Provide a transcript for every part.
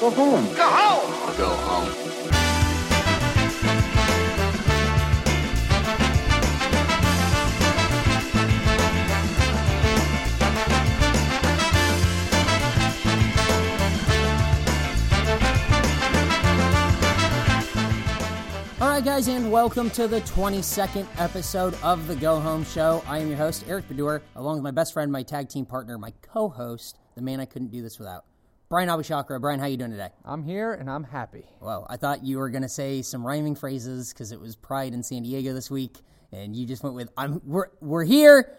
Go home. Go home. Go home. All right, guys, and welcome to the 22nd episode of the Go Home Show. I am your host, Eric Bedour, along with my best friend, my tag team partner, my co-host, the man I couldn't do this without, Brian Abishakra. Brian, how you doing today? I'm here and I'm happy. Well, I thought you were going to say some rhyming phrases because it was Pride in San Diego this week, and you just went with "I'm we're we're here,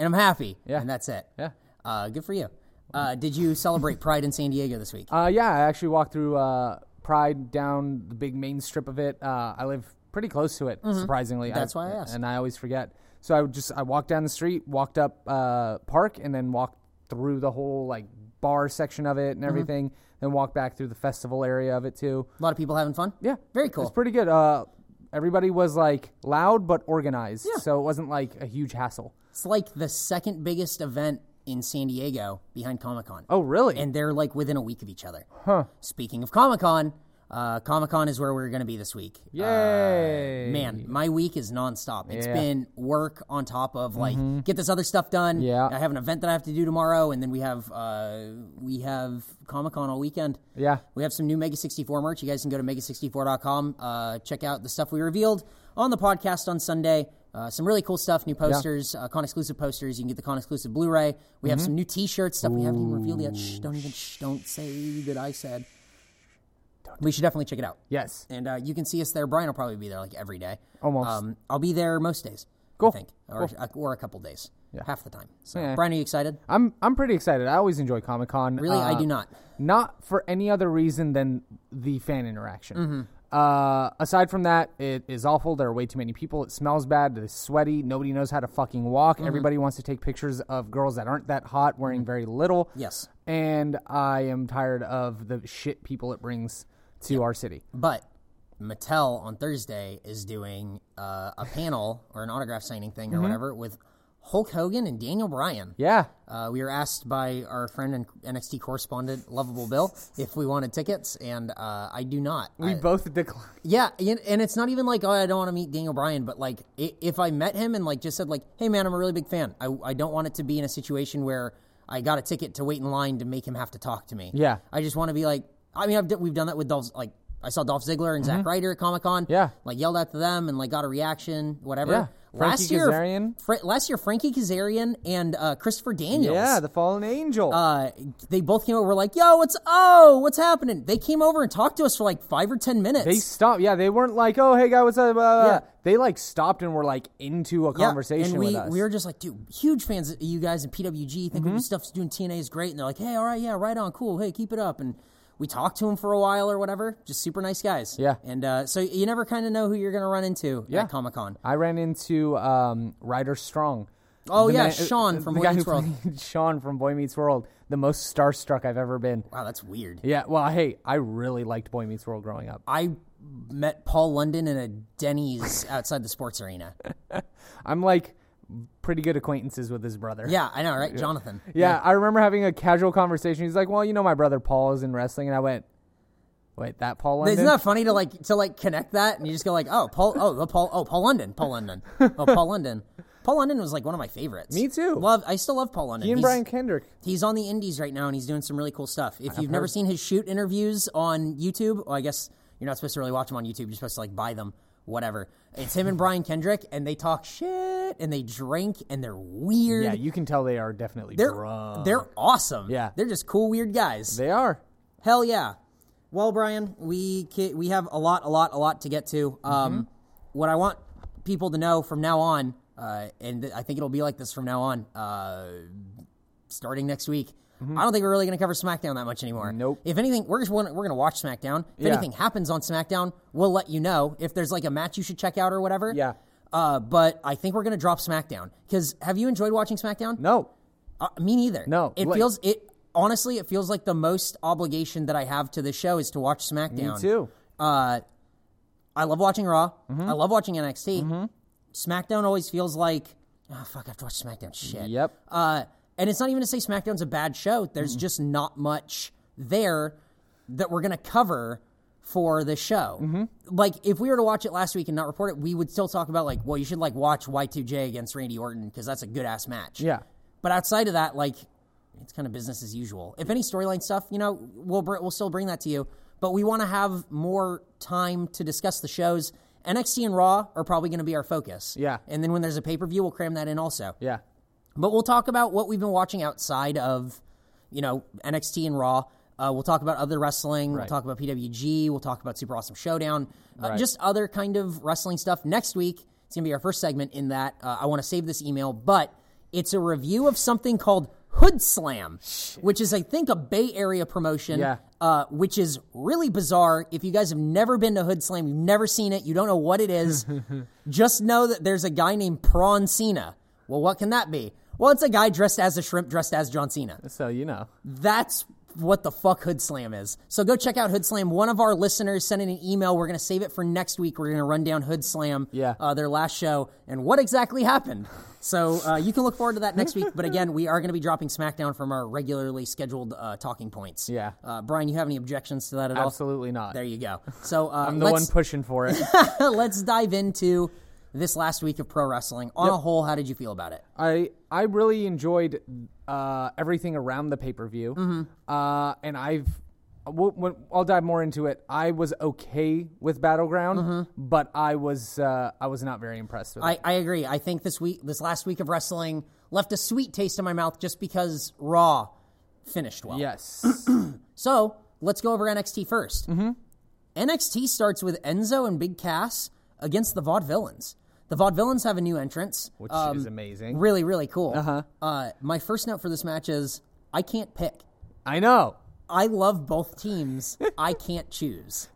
and I'm happy." Yeah. and that's it. Yeah. uh, good for you. Uh, did you celebrate Pride in San Diego this week? Uh, yeah, I actually walked through uh, Pride down the big main strip of it. Uh, I live pretty close to it, surprisingly. Mm-hmm. That's why I asked. And I always forget. So I would just I walked down the street, walked up uh, Park, and then walked through the whole like bar section of Mm-hmm. it and everything, then walked back through the festival area of it too. A lot of people having fun. Yeah, Very It's cool. pretty good. Uh, everybody was like loud but organized, so it wasn't like a huge hassle. It's like the second biggest event in San Diego behind Comic Con. Oh, really? and they're like within a week of each other. Huh. Speaking of Comic Con, uh, Comic Con is where we're going to be this week. Uh, Yay! man, my week is nonstop. It's Yeah. Mm-hmm. been work on top of like get this other stuff done. Yeah. I have an event that I have to do tomorrow, and then we have uh, we have Comic Con all weekend. Yeah. We have some new Mega 64 merch. You guys can go to mega64.com. Uh, check out the stuff we revealed on the podcast on Sunday. Uh, some really cool stuff, new posters, uh, con exclusive posters. You can get the con exclusive Blu ray. We have some new t shirts, stuff we haven't even revealed yet. Shh, don't even, shh, don't say that I said. we should definitely check it out. Yes. And uh, you can see us there. Brian will probably be there like every day. Almost. Um, I'll be there most days. I Cool. think, or, or a couple days. Half the time. So, Yeah. Brian, are you excited? I'm I'm pretty excited. I always enjoy Comic Con. Really? I Uh, do not. Not for any other reason than the fan interaction. Mm-hmm. Uh, aside from that, it is awful. There are way too many people. It smells bad. It is sweaty. Nobody knows how to fucking walk. Mm-hmm. Everybody wants to take pictures of girls that aren't that hot wearing very little. Yes. And I am tired of the shit people it brings to our city. But Mattel on Thursday is doing uh, a panel or an autograph signing thing or whatever with Hulk Hogan and Daniel Bryan. Mm-hmm. Yeah. Uh, we were asked by our friend and NXT correspondent, Lovable Bill, if we wanted tickets, and uh, I do not. We I- both declined. yeah, and and it's not even like oh I don't want to meet Daniel Bryan, but like i- if I met him and like just said like hey man I'm a really big fan, I I don't want it to be in a situation where I got a ticket to wait in line to make him have to talk to me. Yeah. I just want to be like I mean I've d- we've done that with Dolph like I saw Dolph Ziggler and Zack Ryder at Comic Con. Mm-hmm. Yeah. like yelled at them and like got a reaction whatever. Yeah. last Frankie year, Kazarian. Fra- last year Frankie Kazarian and uh, Christopher Daniels Yeah, the fallen angel. uh, they both came over. We're like, "Yo, what's oh, what's happening?" They came over and talked to us for like five or ten minutes. They stopped. Yeah, they weren't like, "Oh, hey guy, what's up?" Blah, blah, Yeah. blah. They like stopped and were like into a Yeah, conversation and we, with us. Mm-hmm. We were just like, dude, huge fans of you guys and PWG. Think the stuff's doing TNA is great, and they're like, hey, all right, yeah, right on, cool, hey, keep it up. And we talked to him for a while or whatever. Just super nice guys. Yeah. And uh, so you never kind of know who you're going to run into Yeah. at Comic Con. I ran into um, Ryder Strong. Oh, The yeah, man- Sean from the Boy guy who Meets World. played Sean from Boy Meets World, the most starstruck I've ever been. Wow, that's weird. Yeah, well, hey, I really liked Boy Meets World growing up. I met Paul London in a Denny's outside the sports arena. I'm like pretty good acquaintances with his brother. Yeah, I know, right? Jonathan. Yeah, I remember having a casual conversation. He's like, "Well, you know, my brother Paul is in wrestling," and I went, "Wait, that Paul London?" Isn't that funny to like to like connect that and you just go like oh Paul oh the Paul oh Paul London Paul London oh Paul London Paul London was like one of my favorites. Me too. Love I still love Paul London. he and He's- Brian Kendrick. He's on the indies right now and he's doing some really cool stuff. If you've never seen his shoot interviews on YouTube, well, I guess you're not supposed to really watch them on YouTube. You're supposed to like buy them, whatever. It's him and Brian Kendrick and they talk shit and they drink and they're weird. Yeah, you can tell they are definitely they're drunk. they're awesome. Yeah. They're just cool weird guys. They are. Hell yeah. Well, Brian, we ca we have a lot, a lot, a lot to get to. Um, Mm-hmm. What I want people to know from now on, uh, and th- I think it'll be like this from now on, uh, starting next week. I don't think we're really going to cover SmackDown that much anymore. Mm-hmm. Nope. If anything, we're just wanna, we're going to watch SmackDown. If Yeah. anything happens on SmackDown, we'll let you know. If there's like a match you should check out or whatever. Yeah. Uh, but I think we're going to drop SmackDown because have you enjoyed watching SmackDown? No. Uh, me neither. No, it like- feels it. Honestly, it feels like the most obligation that I have to the show is to watch SmackDown. Me too. Mm-hmm. Uh, I love watching Raw. I love watching NXT. SmackDown always feels like, oh fuck, I have to watch SmackDown. Shit. Yep. Mm-hmm. Uh, and it's not even to say SmackDown's a bad show. There's just not much there. that we're going to cover for the show. Mm-hmm. Like, if we were to watch it last week and not report it, we would still talk about, like, well, you should, like, watch Y2J against Randy Orton because that's a good ass match. Yeah. But outside of that, like, it's kind of business as usual. If any storyline stuff, you know, we'll, br- we'll still bring that to you, but we want to have more time to discuss the shows. NXT and Raw are probably going to be our focus. Yeah. And then when there's a pay per view, we'll cram that in also. Yeah. But we'll talk about what we've been watching outside of, you know, NXT and Raw. Uh, we'll talk about other wrestling. We'll talk about PWG. We'll talk about Super Awesome Showdown. Uh, Just other kind of wrestling stuff. Next week, it's going to be our first segment in that. Uh, I want to save this email, but it's a review of something called Hood Slam, which is, I think, a Bay Area promotion, Yeah. uh, which is really bizarre. If you guys have never been to Hood Slam, you've never seen it, you don't know what it is, just know that there's a guy named Prawn Cena. Well, what can that be? Well, it's a guy dressed as a shrimp, dressed as John Cena. So you know. That's what the fuck Hood Slam is. So go check out Hood Slam. One of our listeners sent in an email. We're going to save it for next week. We're going to run down Hood Slam, Yeah. uh, their last show, and what exactly happened. So uh, you can look forward to that next week. But again, we are going to be dropping SmackDown from our regularly scheduled uh, talking points. Yeah. Uh, Brian, you have any objections to that at all? Absolutely not. There you go. So uh, I'm the one let's, pushing for it. let's dive into this last week of pro wrestling. On a whole, how did you feel about it? I I really enjoyed uh, everything around the pay per view, Mm-hmm. uh, and I've w- w- I'll dive more into it. I was okay with Battleground, but I was uh, I was not very impressed with it. Mm-hmm. I, I agree. I think this week, this last week of wrestling, left a sweet taste in my mouth just because Raw finished well. Yes, So let's go over NXT 1st NXT starts with Enzo and Big Cass against the Vaudevillains. The Vaudevillains have a new entrance. which is amazing. Really, really cool. Uh-huh. My first note for this match is I can't pick. I know. I love both teams. I can't choose.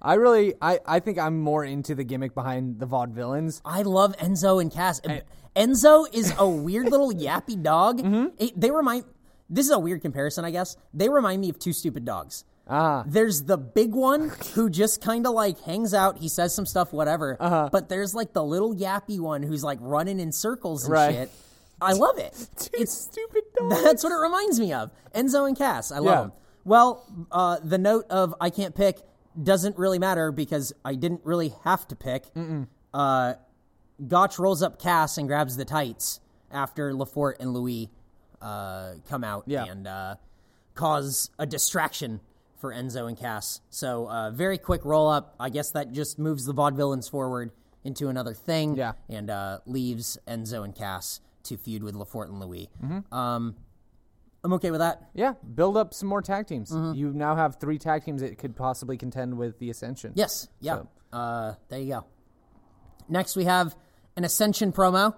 I really I, I think I'm more into the gimmick behind the vaudevillains. I love Enzo and Cass. Enzo is a weird little yappy dog. Mm-hmm. It- they remind. This is a weird comparison, I guess. They remind me of two stupid dogs. Ah. There's the big one who just kind of like hangs out. He says some stuff, whatever. Uh-huh. But there's like the little yappy one who's like running in circles and Right. shit. I love it. it's stupid dog. that's what it reminds me of. Enzo and Cass. I love Yeah. them. Well, uh, the note of I can't pick doesn't really matter because I didn't really have to pick. Uh, Gotch rolls up Cass and grabs the tights after Lafort and Louis uh, come out Yeah. and uh, cause a distraction for Enzo and Cass. So uh, very quick roll up. I guess that just moves the vaudevillains forward into another thing Yeah. and uh, leaves Enzo and Cass to feud with Lafort and Louis. Mm-hmm. Um, I'm okay with that. Yeah, build up some more tag teams. Mm-hmm. You now have three tag teams that could possibly contend with the Ascension. Yes. Yeah. Uh, there you go. Next, we have an Ascension promo.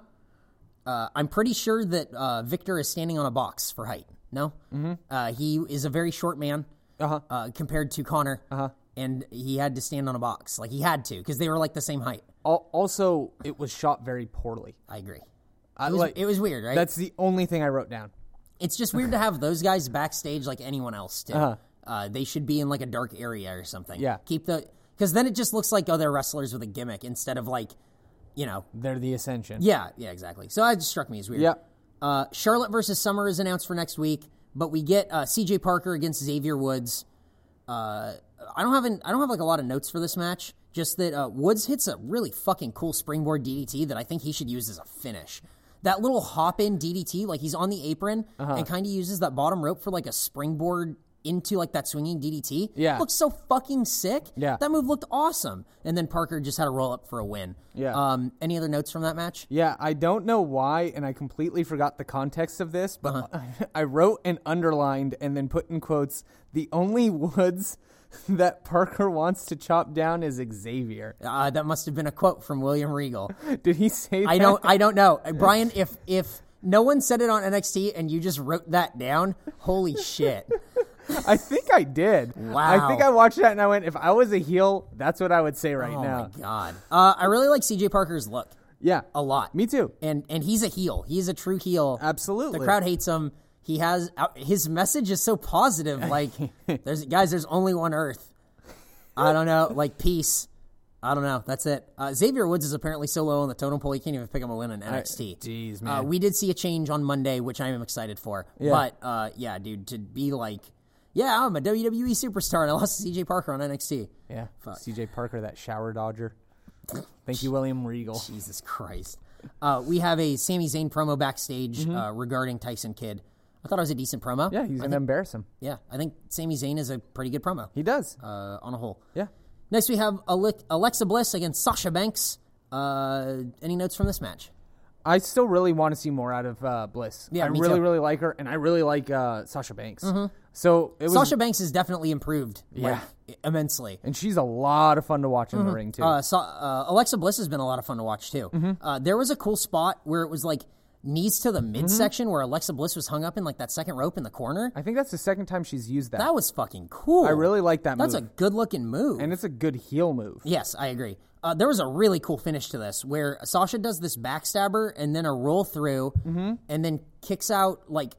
Uh, I'm pretty sure that uh, Victor is standing on a box for height. No? Mm-hmm. Uh, he is a very short man Uh-huh. uh compared to Connor. Uh-huh. And he had to stand on a box. Like, he had to because they were like the same height. Al- also, it was shot very poorly. I agree. I, It was, Uh, like, it was weird, right? That's the only thing I wrote down. it's just weird to have those guys backstage like anyone else too. uh they should be in like a dark area or something. Uh-huh. Yeah. keep the because then it just looks like oh they're wrestlers with a gimmick instead of like, you know, They're the Ascension. yeah, yeah, exactly. So that just struck me as weird. Yep. Uh, Charlotte versus Summer is announced for next week, but we get uh, C.J. Parker against Xavier Woods. Uh, I don't have an, I don't have like a lot of notes for this match. Just that uh, Woods hits a really fucking cool springboard DDT that I think he should use as a finish. That little hop in DDT, like he's on the apron Uh-huh. and kind of uses that bottom rope for like a springboard into like that swinging DDT. Yeah. looks so fucking sick. Yeah. that move looked awesome. And then Parker just had a roll up for a win. Yeah. Um, any other notes from that match? Yeah, I don't know why, and I completely forgot the context of this, but Uh-huh. I wrote and underlined and then put in quotes the only woods that Parker wants to chop down is Xavier. Uh, that must have been a quote from William Regal. Did he say that? I don't. I don't know, Uh, Brian. If if no one said it on NXT and you just wrote that down, holy shit! I think I did. Wow. I think I watched that and I went, if I was a heel, that's what I would say right Oh now. my god. Uh, I really like CJ Parker's look Yeah. a lot. Me too. And and he's a heel. He's a true heel. Absolutely. The crowd hates him. He has uh, his message is so positive. Like there's guys. There's only one Earth. I don't know. Like peace. I don't know. That's it. Uh, Xavier Woods is apparently so low on the totem pole he can't even pick up a win in NXT. Jeez, Uh, man. we did see a change on Monday, which I am excited for. But uh, yeah, dude, to be like, yeah, I'm a WWE superstar and I lost to CJ Parker on NXT. Yeah. Fuck. CJ Parker, that shower dodger. Thank you, William Regal. Jesus Christ. Uh, we have a Sami Zayn promo backstage uh, regarding Tyson Kidd. I thought it was a decent promo. Mm-hmm. Yeah, he's going to embarrass him. Yeah, I think Sami Zayn is a pretty good promo He does. uh, on a whole. yeah. Next, we have Ale- Alexa Bliss against Sasha Banks. Uh, any notes from this match? I still really want to see more out of uh, Bliss. Yeah, I me really, too. Mm-hmm. really like her, and I really like uh, Sasha Banks. So it was, Sasha Banks has definitely improved like, immensely. and she's a lot of fun to watch in the ring too. Uh, so, uh, Alexa Bliss has been a lot of fun to watch too. Mm-hmm. Uh, there was a cool spot where it was like knees to the Mm-hmm. midsection where Alexa Bliss was hung up in like that second rope in the corner. I think that's the second time she's used that. That was fucking cool. I really like that That's move, a good looking move. and it's a good heel move. yes, I agree. Uh, there was a really cool finish to this where Sasha does this backstabber and then a roll through Mm-hmm. and then kicks out like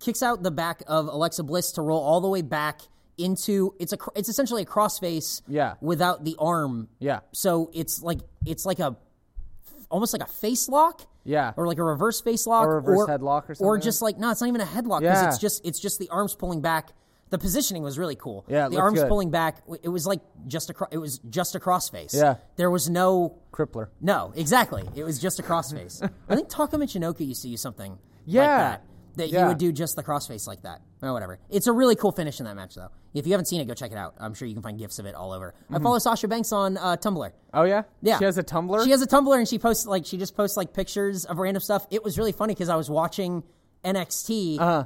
kicks out the back of Alexa Bliss to roll all the way back into it's a cr- it's essentially a crossface Yeah. without the arm Yeah, so it's like it's like a almost like a face lock yeah, or like a reverse face lock Or reverse headlock or or something. just like no it's not even a headlock because Yeah. it's just it's just the arms pulling back the positioning was really cool Yeah, it the looked arms good. pulling back w- it was like just a cro- it was just a crossface Yeah. there was no crippler. no exactly it was just a crossface i think taka michinoku used to use something like Yeah. that that you Yeah. would do just the crossface like that or whatever it's a really cool finish in that match though if you haven't seen it go check it out i'm sure you can find gifs of it all over Hmm. i follow sasha banks on uh, tumblr Oh yeah, yeah. She has a tumbler. She has a Tumblr and she posts like she just posts like pictures of random stuff. It was really funny because I was watching NXT Uh-huh.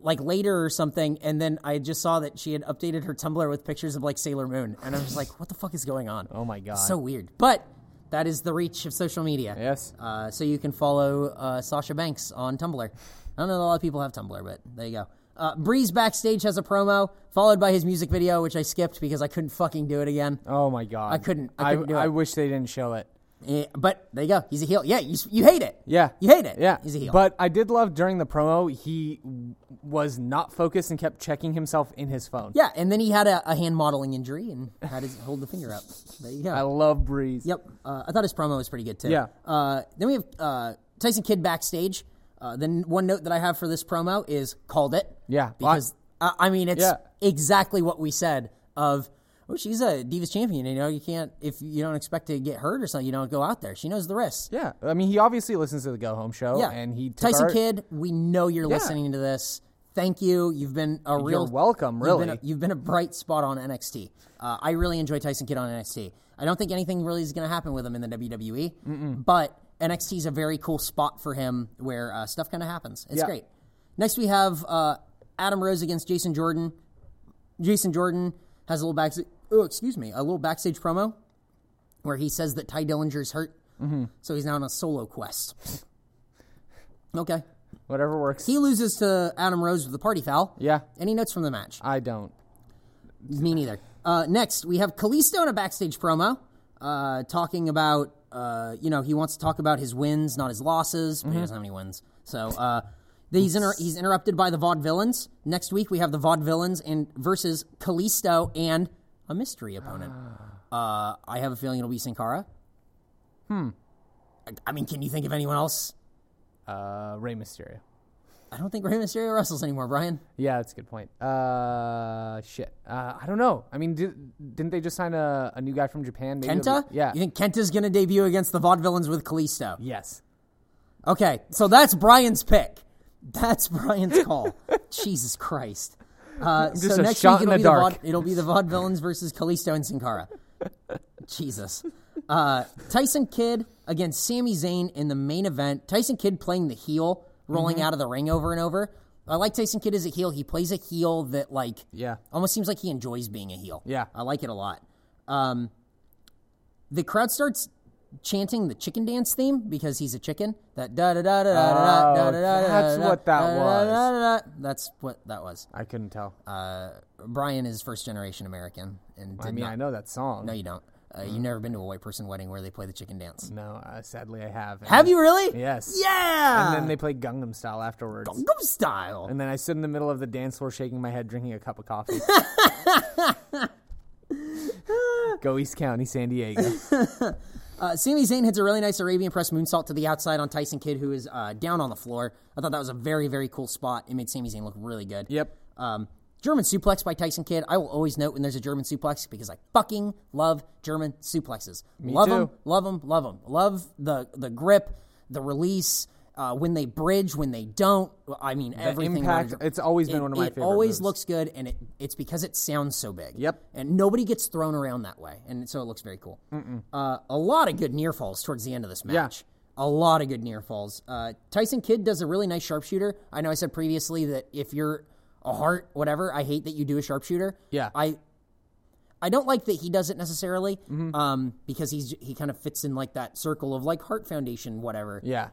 like later or something, and then I just saw that she had updated her Tumblr with pictures of like Sailor Moon, and I was like, "What the fuck is going on?" oh my god. so weird. But that is the reach of social media. yes. Uh, so you can follow uh, Sasha Banks on Tumblr. I don't know that a lot of people have Tumblr, but there you go. Uh, Breeze backstage has a promo followed by his music video, which I skipped because I couldn't fucking do it again. Oh my god. I couldn't- I couldn't do it. I wish they didn't show it. Yeah, Eh, but there you go. He's a heel. Yeah, you, you hate it. Yeah. You hate it. Yeah. He's a heel. But I did love during the promo, he w- was not focused and kept checking himself in his phone. yeah, and then he had a, a hand modeling injury and had his hold the finger up. There you go. I love Breeze. yep. Uh, I thought his promo was pretty good too. Yeah. Uh, then we have uh, Tyson Kidd backstage. Uh, then one note that I have for this promo is called it. Yeah. Because I, I mean it's Yeah. exactly what we said of oh she's a Divas champion. You know you can't if you don't expect to get hurt or something you don't go out there. She knows the risks. Yeah. I mean, he obviously listens to the Go Home show. Yeah, And he took Tyson our- Kidd. We know you're listening to this. Thank you. You've been a real welcome, you've been a- really. you've been a bright spot on NXT. Uh, I really enjoy Tyson Kidd on NXT. I don't think anything really is going to happen with him in the WWE, but NXT is a very cool spot for him where uh, stuff kind of happens. It's Yeah. great. Next, we have uh, Adam Rose against Jason Jordan. Jason Jordan has a little backstage. Oh, excuse me, a little backstage promo where he says that Ty Dillinger's hurt, Mm-hmm. so he's now on a solo quest. okay, Whatever works. he loses to Adam Rose with the party foul. yeah. Any notes from the match? I don't. Me neither. Uh, next, we have Kalisto in a backstage promo uh, talking about, uh, you know, he wants to talk about his wins, not his losses, but he doesn't have any wins. So uh, he's, inter- he's interrupted by the Vaudevillains. Next week, we have the Vaudevillains and versus Kalisto and a mystery opponent. Uh, I have a feeling it'll be Sin Cara. Hmm. I, I mean, can you think of anyone else? Uh, Rey Mysterio. I don't think Rey Mysterio wrestles anymore, Brian. Yeah, that's a good point. Uh, shit. Uh, I don't know. I mean, did, didn't they just sign a, a new guy from Japan? Maybe it'll Kenta? be- yeah. You think Kenta's going to debut against the Vaudevillains with Kalisto? yes. Okay, so that's Brian's pick. That's Brian's call. Jesus Christ. Uh, so a next shot week in it'll the be, dark. The Vaude- it'll be the Vaudevillains versus Kalisto and Sin Cara. Jesus. Uh, Tyson Kidd against Sami Zayn in the main event. Tyson Kidd playing the heel, rolling Mm-hmm. out of the ring over and over. I like Tyson Kidd as a heel. He plays a heel that, like, Yeah. almost seems like he enjoys being a heel. Yeah. I like it a lot. Um, the crowd starts chanting the chicken dance theme because he's a chicken. That da da da da da da Oh, da da da. that's da, what that da, da, da, was. da, da, da. That's what that was. I couldn't tell. Uh, Brian is first generation American, and I did mean, not. I Mm. know that song. No, you don't. Uh, You've never been to a white person wedding where they play the chicken dance. No, uh, sadly, I have. And- Have you really? Yes. Yeah. And then they played Gangnam Style afterwards. Gangnam style. And then I stood in the middle of the dance floor shaking my head, drinking a cup of coffee. Go East County, San Diego. Uh, Sami Zayn hits a really nice Arabian press moonsault to the outside on Tyson Kidd, who is uh, down on the floor. I thought that was a very, very cool spot. It made Sami Zayn look really good. Yep. Um, German suplex by Tyson Kidd. I will always note when there's a German suplex because I fucking love German suplexes. Me love too. them, love them, love them. Love the the grip, the release. Uh, when they bridge, when they don't, I mean everything. about impact, a Ger- it's always been it- one of my It favorite always moves. looks good, and it, it's because it sounds so big. Yep. And nobody gets thrown around that way, and so it looks very cool. Uh, a lot of good near falls towards the end of this match. A lot of good near falls. Uh, Tyson Kidd does a really nice sharpshooter. I know I said previously that if you're a heart, whatever, I hate that you do a sharpshooter. Yeah. I I don't like that he does it necessarily, Mm-hmm. um, because he's he kind of fits in like that circle of like Heart Foundation, whatever. Yeah.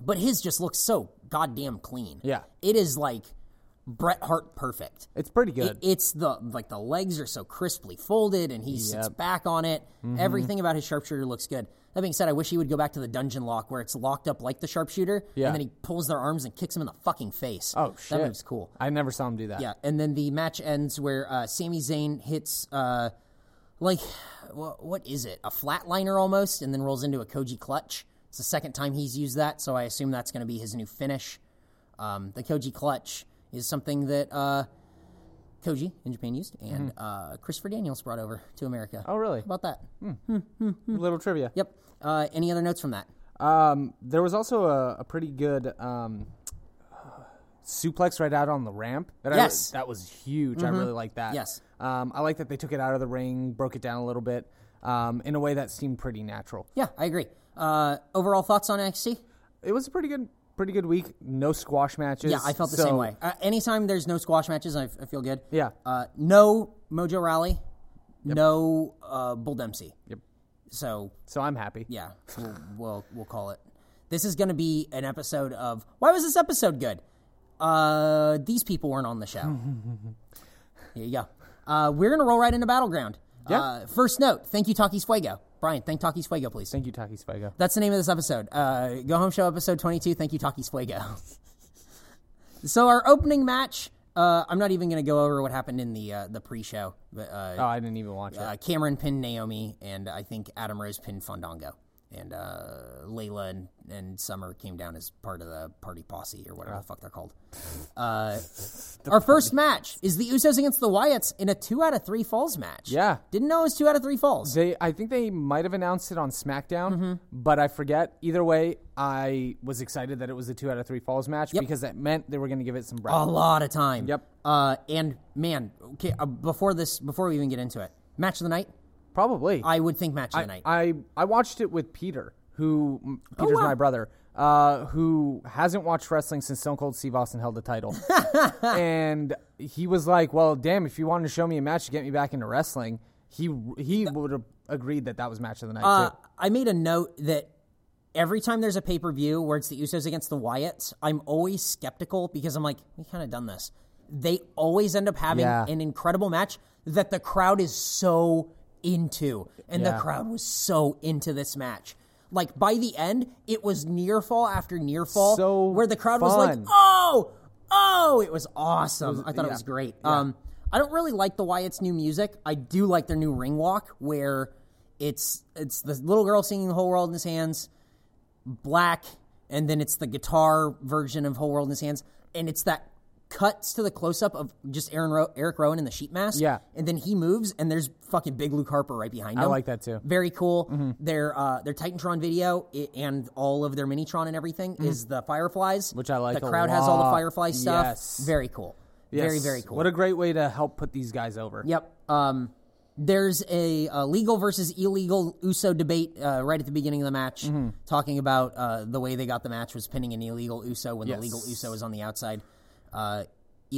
But his just looks so goddamn clean. Yeah. It is like Bret Hart perfect. It's pretty It, good. it's the like the legs are so crisply folded, and he sits Yep. Mm-hmm. back on it. Everything about his sharpshooter looks good. That being said, I wish he would go back to the dungeon lock where it's locked up like the sharpshooter, Yeah. and then he pulls their arms and kicks him in the fucking face. oh shit. that move's cool. I never saw him do that. Yeah, and then the match ends where uh, Sami Zayn hits uh, like wha what is it? A flatliner almost, and then rolls into a Koji clutch. It's the second time he's used that, so I assume that's going to be his new finish. Um, the Koji clutch is something that uh, Koji in Japan used, and uh, Christopher Daniels brought over to America. Mm-hmm. Oh really? How about that? Hmm. Little trivia. Yep. Uh, any other notes from that? Um, there was also a, a pretty good um, suplex right out on the ramp. That I- Yes. Mm-hmm. that was huge. I really like that. Yes. Um, I like that they took it out of the ring, broke it down a little bit, um, in a way that seemed pretty natural. Yeah, I agree. Uh, overall thoughts on NXT? It was a pretty good, pretty good week. No squash matches. Yeah, I felt the so- same way. Uh, anytime there's no squash matches, I, I feel good. Yeah. Uh, no Mojo Rally, no uh, Bull Dempsey. Yep. So So I'm happy. yeah, we'll we'll, we'll call it. This is going to be an episode of why was this episode good? Uh, these people weren't on the show. Here you go. Uh, we're going to roll right into battleground. Yeah. Uh, first note. Thank you, Takis Fuego. Brian, thank Takis Fuego, please. Thank you, Taki Spigo. That's the name of this episode. Uh, Go Home Show episode 22. Thank you, Takis Fuego. so our opening match, uh, I'm not even going to go over what happened in the uh, the pre-show. But, Oh, uh, I didn't even watch it. uh, Cameron pinned Naomi, and I think Adam Rose pinned Fandango. And uh, Layla and, and Summer came down as part of the party posse or whatever the fuck they're called. Uh, our first match is the Usos against the Wyatts in a two out of three falls match. Yeah. Didn't know it was two out of three falls. They, I think they might have announced it on SmackDown, but I forget. Either way, I was excited that it was a two out of three falls match because that meant they were going to give it some breath. A lot of time. Yep. Uh, and man, okay, uh, before this, before we even get into it, match of the night. Probably. I would think match of the night. I I watched it with Peter, who m- Peter's wow. my brother, uh, who hasn't watched wrestling since Stone Cold Steve Austin held the title, and he was like, "Well, damn, if you wanted to show me a match to get me back into wrestling, he he would have agreed that that was match of the night uh, too." I made a note that every time there's a pay per view where it's the Usos against the Wyatts, I'm always skeptical because I'm like, we kind of done this. They always end up having Yeah. an incredible match that the crowd is so into, and the Yeah. crowd was so into this match. Like by the end, it was near fall after near fall, So where the crowd was like, fun. "Oh, oh!" It was awesome. I thought it yeah. was great. Um, I don't really like the Wyatt's new music. I do like their new ring walk, where it's it's the little girl singing "The Whole World in His Hands," black, and then it's the guitar version of "Whole World in His Hands," and it's that cuts to the close up of just Aaron Ro- Eric Rowan in the sheet mask. Yeah. and then he moves, and there's fucking big Luke Harper right behind him. I like that too. Oh. Mm-hmm. Very cool. Their uh, their Titantron video i and all of their Minitron and everything is the Fireflies, Mm-hmm. Which I like The a crowd has all the lot. Firefly stuff. Yes. Very cool. Very Yes. very cool. What a great way to help put these guys over. Yep. Um, there's a, uh legal versus illegal USO debate uh, right at the beginning of the match, Mm-hmm. talking about uh, the way they got the match was pinning an illegal USO when the Yes. legal USO is on the outside. Uh,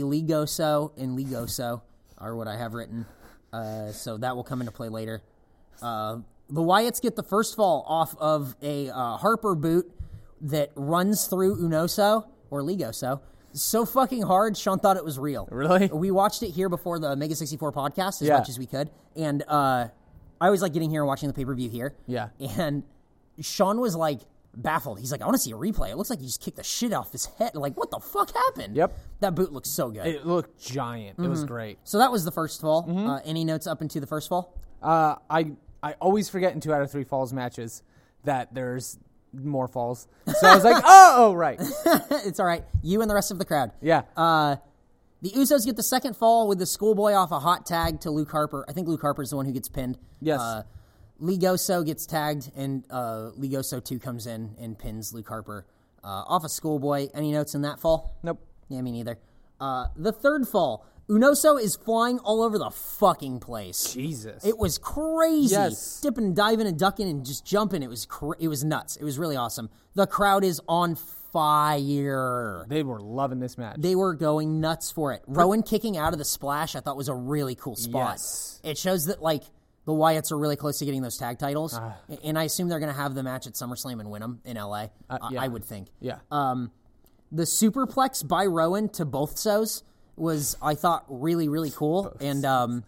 illegoso and legoso are what I have written, uh, so that will come into play later. Uh, the Wyatts get the first fall off of a uh, Harper boot that runs through Unoso or Legoso so fucking hard. Sean thought it was real. Really? We watched it here before the Mega 64 podcast as Yeah. much as we could. And uh, I always like getting here and watching the pay per view here. Yeah. And Sean was like baffled. He's like, I want to see a replay. It looks like he just kicked the shit off his head. Like, what the fuck happened? Yep. That boot looks so good. It Mm-hmm. looked giant. It Mm-hmm. was great. so that was the first fall. Uh, any notes up into the first fall? Uh, I I always forget in two out of three falls matches that there's more falls. So I was like, oh, oh right, it's all right. You and the rest of the crowd. yeah. Uh, The Usos get the second fall with the schoolboy off a hot tag to Luke Harper. I think Luke Harper's the one who gets pinned. Yes. Uh, Ligoso gets tagged, and uh, Ligoso 2 comes in and pins Luke Harper uh, off a schoolboy. Any notes in that fall? Nope. Yeah, me neither. Uh, the third fall, Unoso is flying all over the fucking place. Jesus. It was crazy. Yes. Dipping and diving and ducking and just jumping. It was cra- it was nuts. It was really awesome. The crowd is on fire. they were loving this match. They were going nuts for it. Rowan kicking out of the splash, I thought was a really cool spot. Yes. It shows that like the Wyatts are really close to getting those tag titles, Ah. A- and I assume they're going to have the match at SummerSlam and win them in LA. I- Uh, yeah. I would think yeah. Uh, the superplex by Rowan to both so's was I thought really really cool. And um,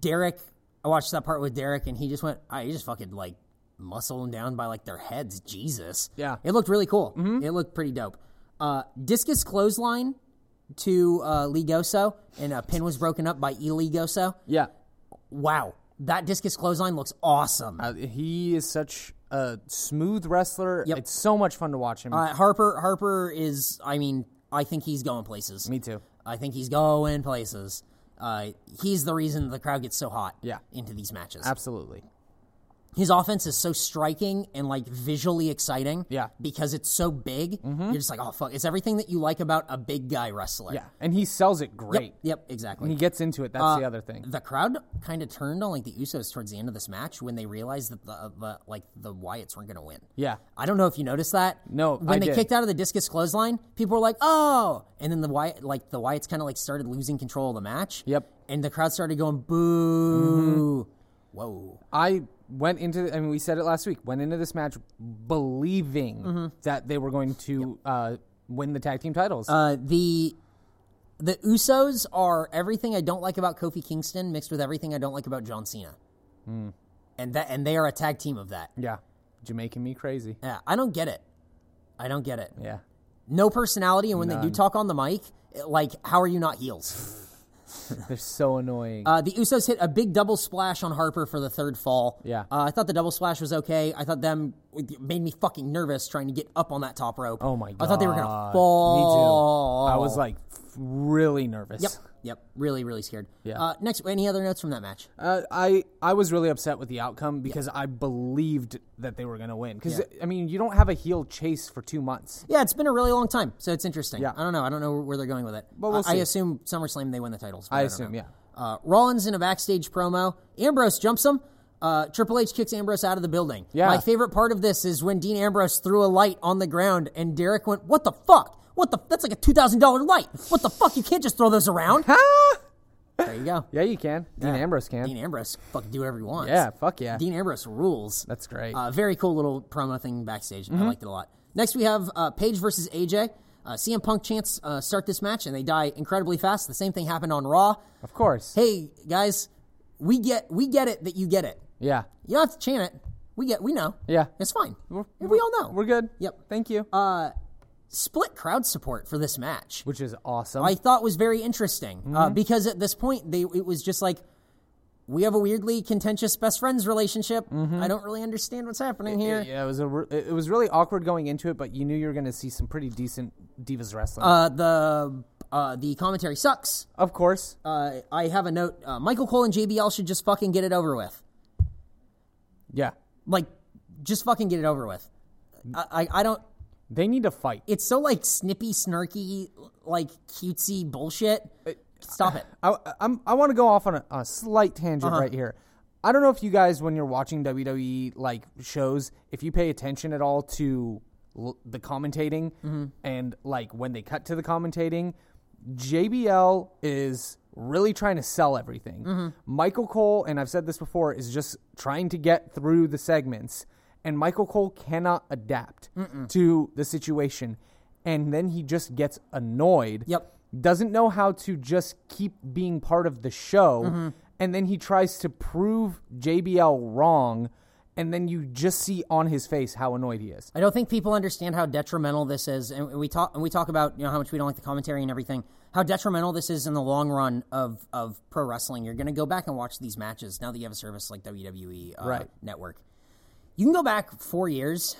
Derek, I watched that part with Derek, and he just went, I he just fucking like muscling down by like their heads. Jesus, Yeah. it looked really cool. It looked pretty dope. Uh, discus clothesline to uh, Lee Goso, and a pin was broken up by E. Lee Goso. yeah. Wow, that discus clothesline looks awesome. Uh, he is such a smooth wrestler. Yep. It's so much fun to watch him. Uh, Harper, Harper is, I mean, I think he's going places. Me too. I think he's going places. Uh, he's the reason the crowd gets so hot Yeah. into these matches. Absolutely. His offense is so striking and like visually exciting. Yeah. Mm-hmm. Because it's so big. You're just like, oh fuck. It's everything that you like about a big guy wrestler. Yeah. And he sells it great. Yep, Uh, When exactly. he gets into it, that's the other thing. The crowd kind of turned on like the Usos towards the end of this match when they realized that the, uh, the like the Wyatts weren't going to win. Yeah. I don't know if you noticed that. No, when I they did. kicked out of the discus clothesline, people were like, "Oh!" And then the Wyatt, like the Wyatts, kind of like started losing control of the match. Yep. Mm-hmm. And the crowd started going boo. Whoa. I went into. I mean, we said it last week. Went into this match believing Mm-hmm. that they were going to uh, win the tag team titles. Uh, the the Usos are everything I don't like about Kofi Kingston mixed with everything I don't like about John Cena. Hmm. And that and they are a tag team of that. yeah, Jamaican me crazy. Yeah, I don't get it. I don't get it. Yeah, No personality, and when they do talk on the mic, it- like how are you not heels? they're so annoying. Uh, the Usos hit a big double splash on Harper for the third fall. Yeah. Uh, I thought the double splash was okay. I thought them it made me fucking nervous trying to get up on that top rope. oh my god! I thought they were gonna Me fall. too. I was like f- really nervous. yep, yep, really, really scared. Yeah. Uh, next, any other notes from that match? Uh, I I was really upset with the outcome because I believed that they were gonna win. Because I mean, you don't have a heel chase for two months. Yeah, it's been a really long time, so it's interesting. Yeah. I don't know. I don't know where they're going with it. But we'll I, I see. assume SummerSlam they win the titles. but I, don't assume. know. Yeah. Uh, Rollins in a backstage promo. Ambrose jumps him. Uh, Triple H kicks Ambrose out of the building. Yeah. My favorite part of this is when Dean Ambrose threw a light on the ground and Derek went, "What the fuck? What the? That's like a two thousand dollar light. What the fuck? You can't just throw those around." there you go. Yeah, you can. Dean Ambrose can. Dean Ambrose fucking do whatever he wants. yeah. Fuck yeah. Dean Ambrose rules. That's great. Mm-hmm. Uh, very cool little promo thing backstage. I liked it a lot. Next, we have uh, Paige versus AJ. Uh, CM Punk chants uh, start this match, and they die incredibly fast. The same thing happened on Raw. of course. Hey guys, we get we get it that you get it. Yeah. You don't have to chant it. We get we know. Yeah. it's fine. we all know. We're good. Yep. Uh, Thank you. Split crowd support for this match. Which is awesome. I thought was very interesting uh, Mm-hmm. because at this point they it was just like we have a weirdly contentious best friends relationship. I don't really understand what's happening here. Mm-hmm. yeah, it was a re- it it was really awkward going into it, but you knew you were going to see some pretty decent divas wrestling. Uh, the uh, the commentary sucks. of course, Uh, I have a note. Uh, Michael Cole and JBL should just fucking get it over with. yeah, Like, just fucking get it over with. I, I, I don't. they need to fight. It's so like snippy, snarky, like cutesy bullshit. Uh, Stop it. I, I'm, I want to go off on a, a slight tangent right here. I don't know if you guys, when you're watching WWE like shows, if you pay attention at all to l- the commentating and like when they cut to the commentating, JBL is really trying to sell everything. Michael Cole, and I've said this before, is just trying to get through the segments, and Michael Cole cannot adapt to the situation, and then he just gets annoyed Yep. doesn't know how to just keep being part of the show Mm-hmm. and then he tries to prove JBL wrong and then you just see on his face how annoyed he is. I don't think people understand how detrimental this is, and we talk and we talk about you know how much we don't like the commentary and everything. How detrimental this is in the long run of of pro wrestling. You're going to go back and watch these matches now that you have a service like WWE uh, Right. Mm-hmm. Network. You can go back four years.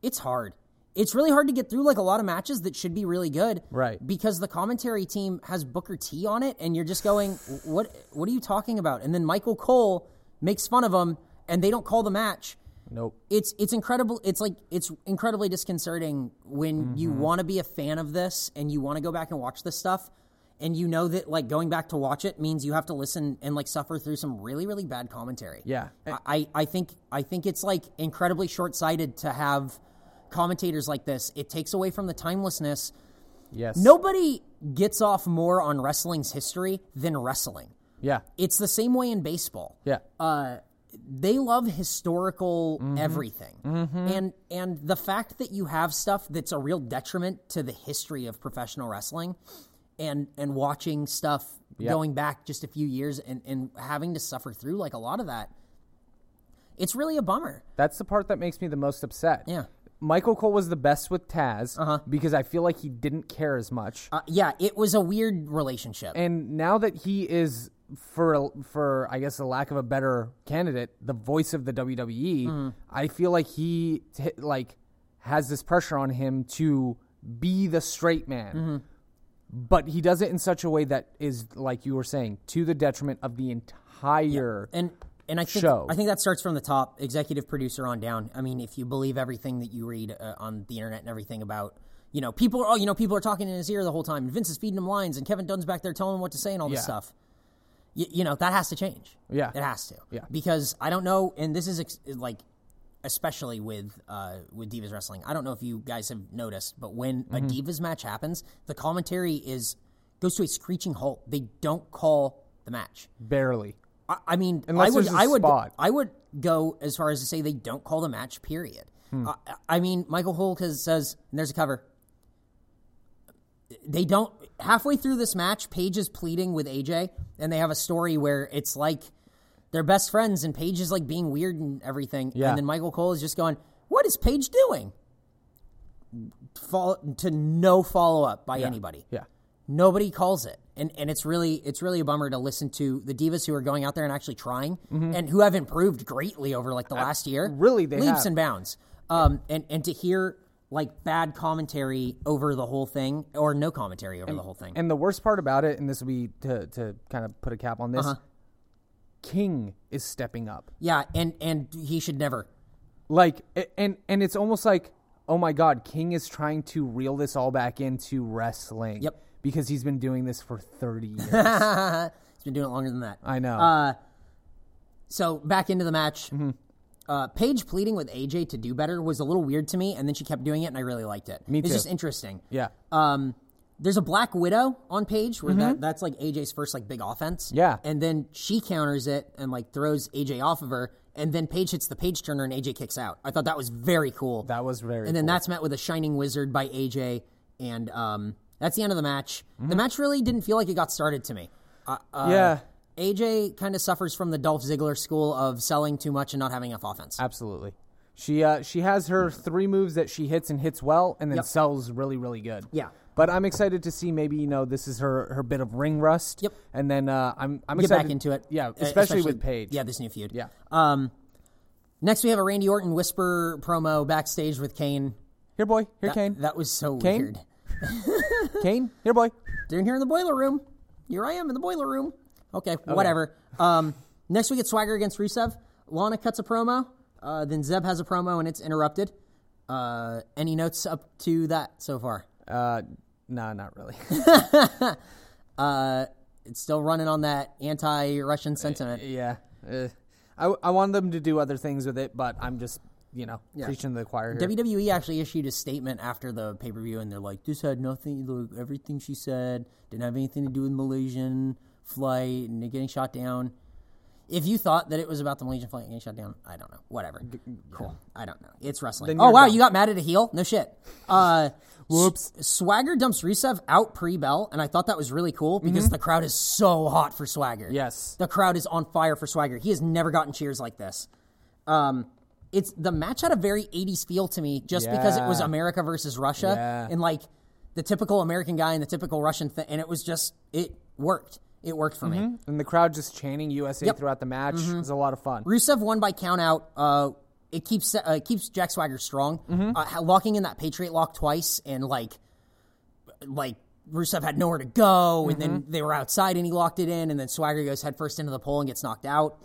It's hard. it's really hard to get through like a lot of matches that should be really good, Right. Because the commentary team has Booker T on it, and you're just going, what What are you talking about? And then Michael Cole makes fun of him, and they don't call the match. Nope. It's it's incredible. It's like it's incredibly disconcerting when you want to be a fan of this and you want to go back and watch this stuff, and you know that like going back to watch it means you have to listen and like suffer through some really really bad commentary. Yeah. I- I, I think I think it's like incredibly short sighted to have commentators like this. It takes away from the timelessness. Yes. Nobody gets off more on wrestling's history than wrestling. Yeah. It's the same way in baseball. Yeah. Uh, they love historical everything, and and the fact that you have stuff that's a real detriment to the history of professional wrestling, and and watching stuff going back just a few years and and having to suffer through like a lot of that, it's really a bummer. That's the part that makes me the most upset. Yeah. Uh-huh. Michael Cole was the best with Taz because I feel like he didn't care as much. Uh, yeah, it was a weird relationship. and now that he is for for I guess the lack of a better candidate, the voice of the WWE, I feel like he t- like has this pressure on him to be the straight man. But he does it in such a way that is like you were saying to the detriment of the entire and and I think show. I think that starts from the top, executive producer on down. I mean, if you believe everything that you read uh, on the internet and everything about, you know, people are, oh, you know, people are talking in his ear the whole time. And Vince is feeding him lines, and Kevin Dunn's back there telling him what to say and all this Yeah. stuff. Y- you know, that has to change. Yeah. it has to. Yeah. because I don't know, and this is ex- like. Especially with uh, with divas wrestling, I don't know if you guys have noticed, but when a Mm-hmm. divas match happens, the commentary is goes to a screeching halt. They don't call the match. barely. I, I mean, Unless I would, there's a I would, spot. I would go as far as to say they don't call the match. Period. Hmm. I, I mean, Michael Hulk has- says, and there's a cover. They don't. Halfway through this match, Paige is pleading with AJ, and they have a story where it's like they're best friends, and Paige is like being weird and everything. Yeah. And then Michael Cole is just going, "What is Paige doing?" Follow, to no follow up by anybody Yeah. nobody calls it and and it's really it's really a bummer to listen to the divas who are going out there and actually trying and who have improved greatly over like the last year Mm-hmm. really, they leaps have. and bounds um and and to hear like bad commentary over the whole thing or no commentary over the whole thing And the worst part about it, and this will be to, to kind of put a cap on this, King is stepping up. yeah and and he should never Like, a- and and it's almost like, oh my God, King is trying to reel this all back into wrestling. Yep. Because he's been doing this for thirty years. he's been doing it longer than that I know. Uh, so back into the match Mm-hmm. Uh, Paige pleading with AJ to do better was a little weird to me, and then she kept doing it, and I really liked it. Me it's too. just interesting. yeah. um, there's a Black Widow on page where that, that's like AJ's first like big offense. Mm-hmm. Yeah. and then she counters it and like throws AJ off of her, and then Paige hits the page turner and AJ kicks out. I thought that was very cool. That was very. and then that's met with a Shining Wizard by AJ, and um, that's the end of the match. Mm-hmm. The match really didn't feel like it got started to me. Uh, uh, yeah. AJ kind of suffers from the Dolph Ziggler school of selling too much and not having enough offense. Absolutely. She uh, she has her Mm. three moves that she hits and hits well, and then sells really really good. Yeah. But I'm excited to see maybe you know this is her her bit of ring rust. Yep. And then uh, I'm I'm Get excited back into it. Yeah, Uh, especially, with Paige. Yeah, this new feud. Yeah. Um, next, we have a Randy Orton whisper promo backstage with Kane. Here, boy. That, Here, Kane. was so Kane? weird. Kane. Here, boy. Down here in the boiler room. Here I am in the boiler room. Okay, whatever. Um, next, we get Swagger against Rusev. Lana cuts a promo. Uh, then Zeb has a promo, and it's interrupted. Uh, any notes up to that so far? Uh, nah, not really. Uh, It's still running on that anti-Russian sentiment. yeah. Uh, I I wanted them to do other things with it, but I'm just you know preaching to the choir here. WWE E actually issued a statement after the pay per view, and they're like, "This had nothing. Look, everything she said didn't have anything to do with Malaysian flight and it getting shot down." If you thought that it was about the Malaysian flight getting shot down, I don't know. Whatever. Cool. I don't know. It's wrestling. Then Oh you're wow, dumb. you got mad at a heel? No shit. Uh, Whoops. Swagger dumps Rusev out pre bell, and I thought that was really cool because the crowd is so hot for Swagger. Mm-hmm. Yes. The crowd is on fire for Swagger. He has never gotten cheers like this. Um, it's the match had a very 80s feel to me just because it was Yeah. America versus Russia Yeah. and like the typical American guy and the typical Russian thing. And it was just, it worked. It worked for Mm-hmm. me. And the crowd just chanting USA throughout the match. It was a lot of fun. Rusev won by count out. Uh, it keeps uh, it keeps Jack Swagger strong. Mm-hmm. Uh, ha- locking in that Patriot lock twice and like like Rusev had nowhere to go, and Mm-hmm. then they were outside and he locked it in, and then Swagger goes headfirst into the pole and gets knocked out.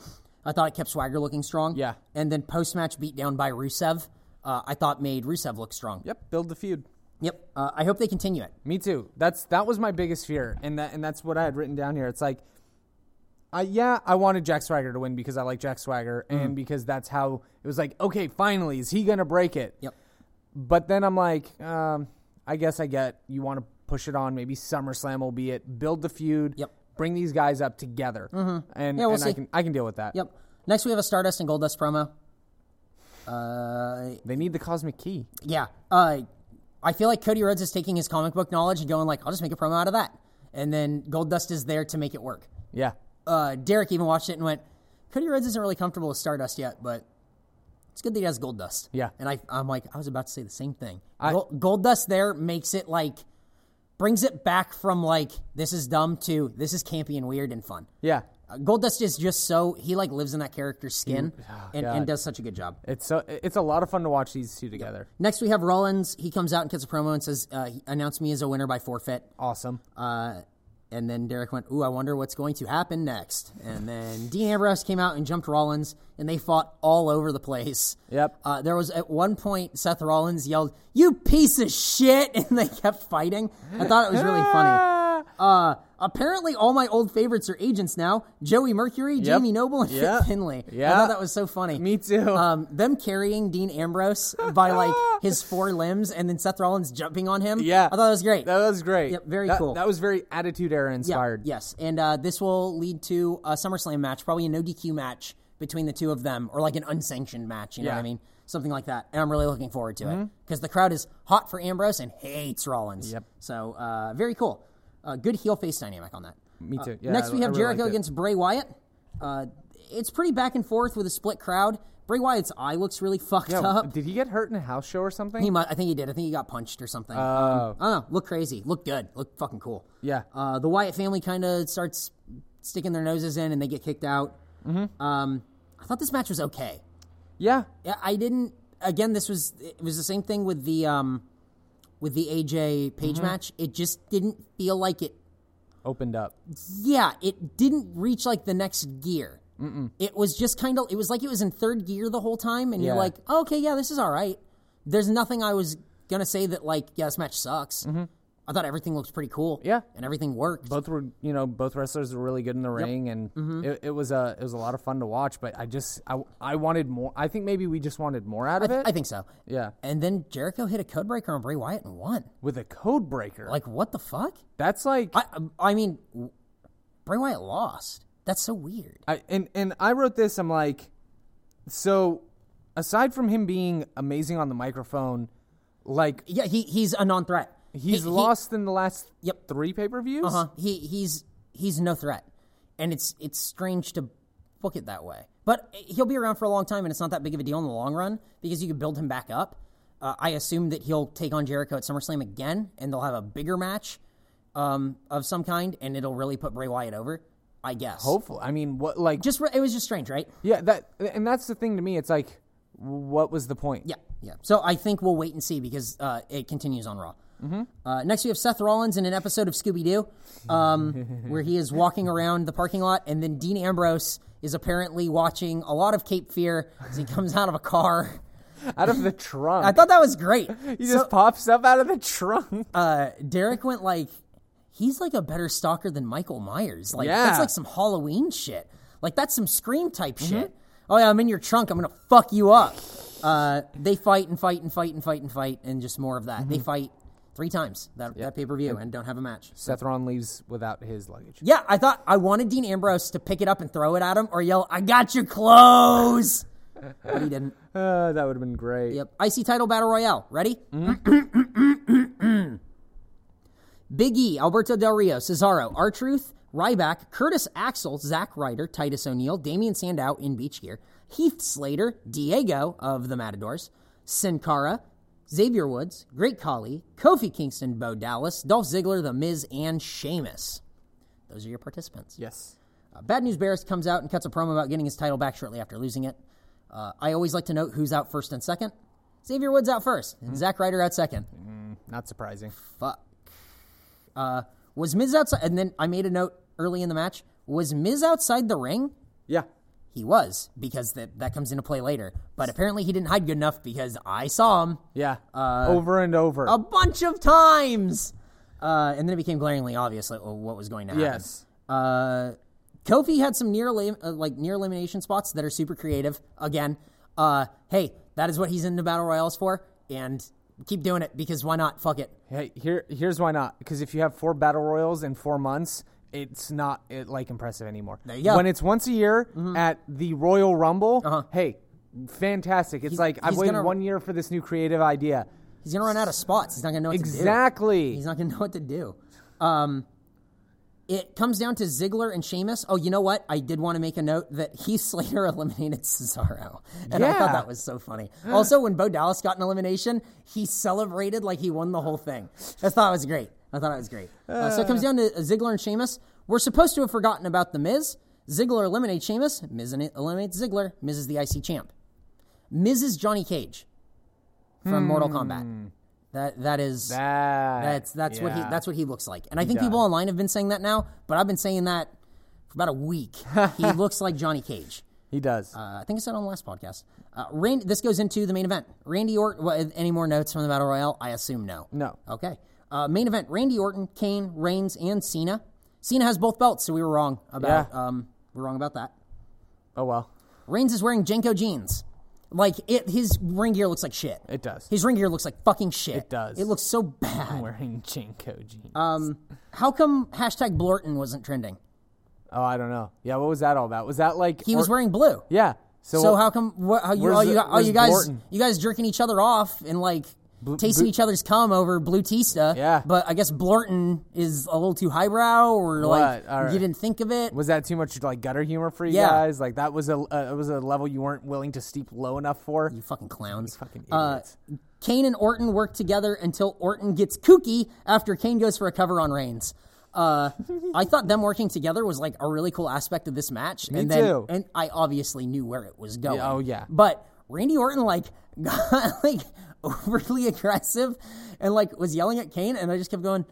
I thought it kept Swagger looking strong. Yeah. and then post match beat down by Rusev, uh, I thought made Rusev look strong. Yep, build the feud. Yep. Uh, I hope they continue it. Me too. That's that was my biggest fear, and that and that's what I had written down here. It's like, I yeah, I wanted Jack Swagger to win because I like Jack Swagger, and because that's how it was. Like, okay, finally, is he gonna break it? Yep. But then I'm like, um, I guess I get you want to push it on. Maybe SummerSlam will be it. Build the feud. Yep. Mm-hmm. Bring these guys up together, and, Yeah, we'll and I see. can I can deal with that. Yep. Next, we have a Stardust and Goldust promo. Uh, They need the cosmic key. yeah. Uh, I feel like Cody Rhodes is taking his comic book knowledge and going like, "I'll just make a promo out of that," and then Goldust is there to make it work. Yeah. Uh, Derek even watched it and went, "Cody Rhodes isn't really comfortable with Stardust yet, but it's good that he has Goldust." Yeah. And I, I'm like, I was about to say the same thing. Gold, Goldust there makes it like brings it back from like this is dumb to this is campy and weird and fun. Yeah. Uh, Goldust is just so he like lives in that character's skin and, and does such a good job. It's so it's a lot of fun to watch these two together. Next we have Rollins. He comes out and cuts a promo and says, uh, he "Announce me as a winner by forfeit." Awesome. Uh, and then Derek went, "Ooh, I wonder what's going to happen next." And then Dean Ambrose came out and jumped Rollins, and they fought all over the place. Yep. Uh, there was at one point Seth Rollins yelled, "You piece of shit!" and they kept fighting. I thought it was really funny. Ah! Uh, apparently, all my old favorites are agents now: Joey Mercury, Jamie Noble, and Yeah. Fit Finley. I Yeah. thought that was so funny. Me too. Um, them carrying Dean Ambrose by like his four limbs, and then Seth Rollins jumping on him. Yeah, I thought that was great. That was great. Yep, very That- cool. That was very Attitude Era Yeah, inspired. yes, and uh, this will lead to a SummerSlam match, probably a no DQ match between the two of them, or like an unsanctioned match. You know Yeah. Mm-hmm. what I mean? Something like that. And I'm really looking forward to it because the crowd is hot for Ambrose and hates Rollins. Yep. So uh, very cool. Uh, good heel face dynamic on that. Uh, Me too. Yeah, Next, I- we I have really Jericho liked it. against Bray Wyatt. Uh, it's pretty back and forth with a split crowd. Bray Wyatt's eye looks really fucked Yeah, up. Did he get hurt in a house show or something? He might, I think he did. I think he got punched or something. Oh. Um, I don't know. Look crazy. Look good. Look fucking cool. Yeah. Uh, the Wyatt family kind of starts sticking their noses in and they get kicked out. Mm-hmm. Um, I thought this match was okay. yeah. Yeah, I didn't. Again, this was it was the same thing with the um, with the AJ Page Mm-hmm. match. It just didn't feel like it. Opened up. Yeah, it didn't reach like the next gear. It was just kind of. It was like it was in third gear the whole time, and you're Yeah. like, oh, okay, yeah, this is all right. There's nothing I was gonna say that like, yeah, this match sucks. I thought everything looked pretty cool. Mm-hmm. Yeah. and everything worked. Both were, you know, both wrestlers were really good in the ring, and Mm-hmm. it, it was a it was a lot of fun to watch. But I just I, I wanted more. I think maybe we just wanted more out I, of th- it. I think so. yeah, And then Jericho hit a code breaker on Bray Wyatt and won. with a code breaker. Like, what the fuck? that's like I, I mean, Bray Wyatt lost. That's so weird. I and and I wrote this. I'm like, so aside from him being amazing on the microphone, like Yeah, he, he's a non-threat. he's He- he- lost in the last Yep. three pay per views. Uh-huh. He he's he's no threat, and it's it's strange to book it that way. But he'll be around for a long time, and it's not that big of a deal in the long run because you can build him back up. Uh, I assume that he'll take on Jericho at SummerSlam again, and they'll have a bigger match um, of some kind, and it'll really put Bray Wyatt over. I guess. Hopefully, I mean, what like Just re- it was just strange, right? Yeah, that and that's the thing to me. It's like, what was the point? Yeah, yeah. So I think we'll wait and see because uh, it continues on Raw. Uh, next, we have Seth Rollins in an episode of Scooby Doo, um, where he is walking around the parking lot, and then Dean Ambrose is apparently watching a lot of Cape Fear as he comes out of a car. Out of the trunk, I thought that was great. he just pops up out of the trunk. Uh, Derek went like, he's like a better stalker than Michael Myers. Like Yeah. that's like some Halloween shit. Like that's some Scream type shit. Oh yeah, I'm in your trunk. I'm gonna fuck you up. Uh, they fight and fight and fight and fight and fight and just more of that. They fight three times that, that pay per view and don't have a match. Seth Rollins leaves without his luggage. Yeah, I thought I wanted Dean Ambrose to pick it up and throw it at him or yell, "I got your clothes," but he didn't. Uh, that would have been great. Yep. IC title battle royale. Ready? Big E, Alberto Del Rio, Cesaro, R Truth, Ryback, Curtis Axel, Zack Ryder, Titus O'Neil, Damian Sandow in beach gear, Heath Slater, Diego of the Matadors, Sin Cara, Xavier Woods, Great Khali, Kofi Kingston, Bo Dallas, Dolph Ziggler, The Miz, and Sheamus. Those are your participants. Yes. Uh, Bad News Barris comes out and cuts a promo about getting his title back shortly after losing it. Uh, I always like to note who's out first and second. Xavier Woods out first, and Zach Ryder out second. Not surprising. Fuck. Uh, was Miz outside? And then I made a note early in the match. Was Miz outside the ring? Yeah. He was because that that comes into play later. But apparently he didn't hide good enough because I saw him Yeah. uh, over and over. a bunch of times. Uh, and then it became glaringly obvious like, oh, what was going to happen. yes. Uh, Kofi had some near elim- uh, like near elimination spots that are super creative. Again, uh, hey, that is what he's into battle royales for, and keep doing it because why not? Fuck it. Hey, here here's why not. Because if you have four battle royals in four months, it's not it, like impressive anymore. There you go. Mm-hmm. Uh-huh. When it's once a year at the Royal Rumble, hey, fantastic! It's like I've he's waited gonna- one year for this new creative idea. He's gonna run out of spots. He's not gonna know what to do. Exactly. He's not gonna know what to do. Um, it comes down to Ziggler and Sheamus. Oh, you know what? I did want to make a note that Heath Slater eliminated Cesaro, and I thought Yeah. that was so funny. Also, when Bo Dallas got an elimination, he celebrated like he won the whole thing. I thought it was great. I thought it was great. Uh, so it comes down to Ziggler and Sheamus. We're supposed to have forgotten about the Miz. Ziggler eliminates Sheamus. Miz en- eliminates Ziggler. Miz is the IC champ. Miz is Johnny Cage from Mortal Kombat. That that is That- that's that's what he yeah. that's what he looks like. And I think people online have been saying that now, but I've been saying that for about a week. he looks like Johnny Cage. he does. Uh, I think I said on the last podcast. Uh, Rand, this goes into the main event. Randy Orton. Well, any more notes from the battle royale? I assume no. No. Okay. Uh, main event: Randy Orton, Kane, Reigns, and Cena. Cena has both belts, so we were wrong about um, we we're wrong about that. oh well, Reigns is wearing Jenko jeans. Like it, his ring gear looks like shit. it does. His ring gear looks like fucking shit. It does. It looks so bad. wearing Jinko jeans. Um, how come hashtag Blorton wasn't trending? oh, I don't know. Yeah, what was that all about? Was that like He was or- wearing blue. Yeah. So, So how come wh- how you, where's all you, the- all you where's guys Blorton? you guys jerking each other off and like tasting bl- each other's cum over Blue Tista? Yeah. But I guess Blorton is a little too highbrow, or like What? All right. you didn't think of it. was that too much like gutter humor for you Yeah. guys? Like that was a uh, it was a level you weren't willing to steep low enough for. You fucking clowns. fucking Uh, idiots. Kane and Orton work together until Orton gets kooky after Kane goes for a cover on Reigns. Uh, I thought them working together was like a really cool aspect of this match. and then, too. And I obviously knew where it was going. Yeah, oh, yeah. But Randy Orton like got like overly aggressive and like was yelling at Kane, and I just kept going,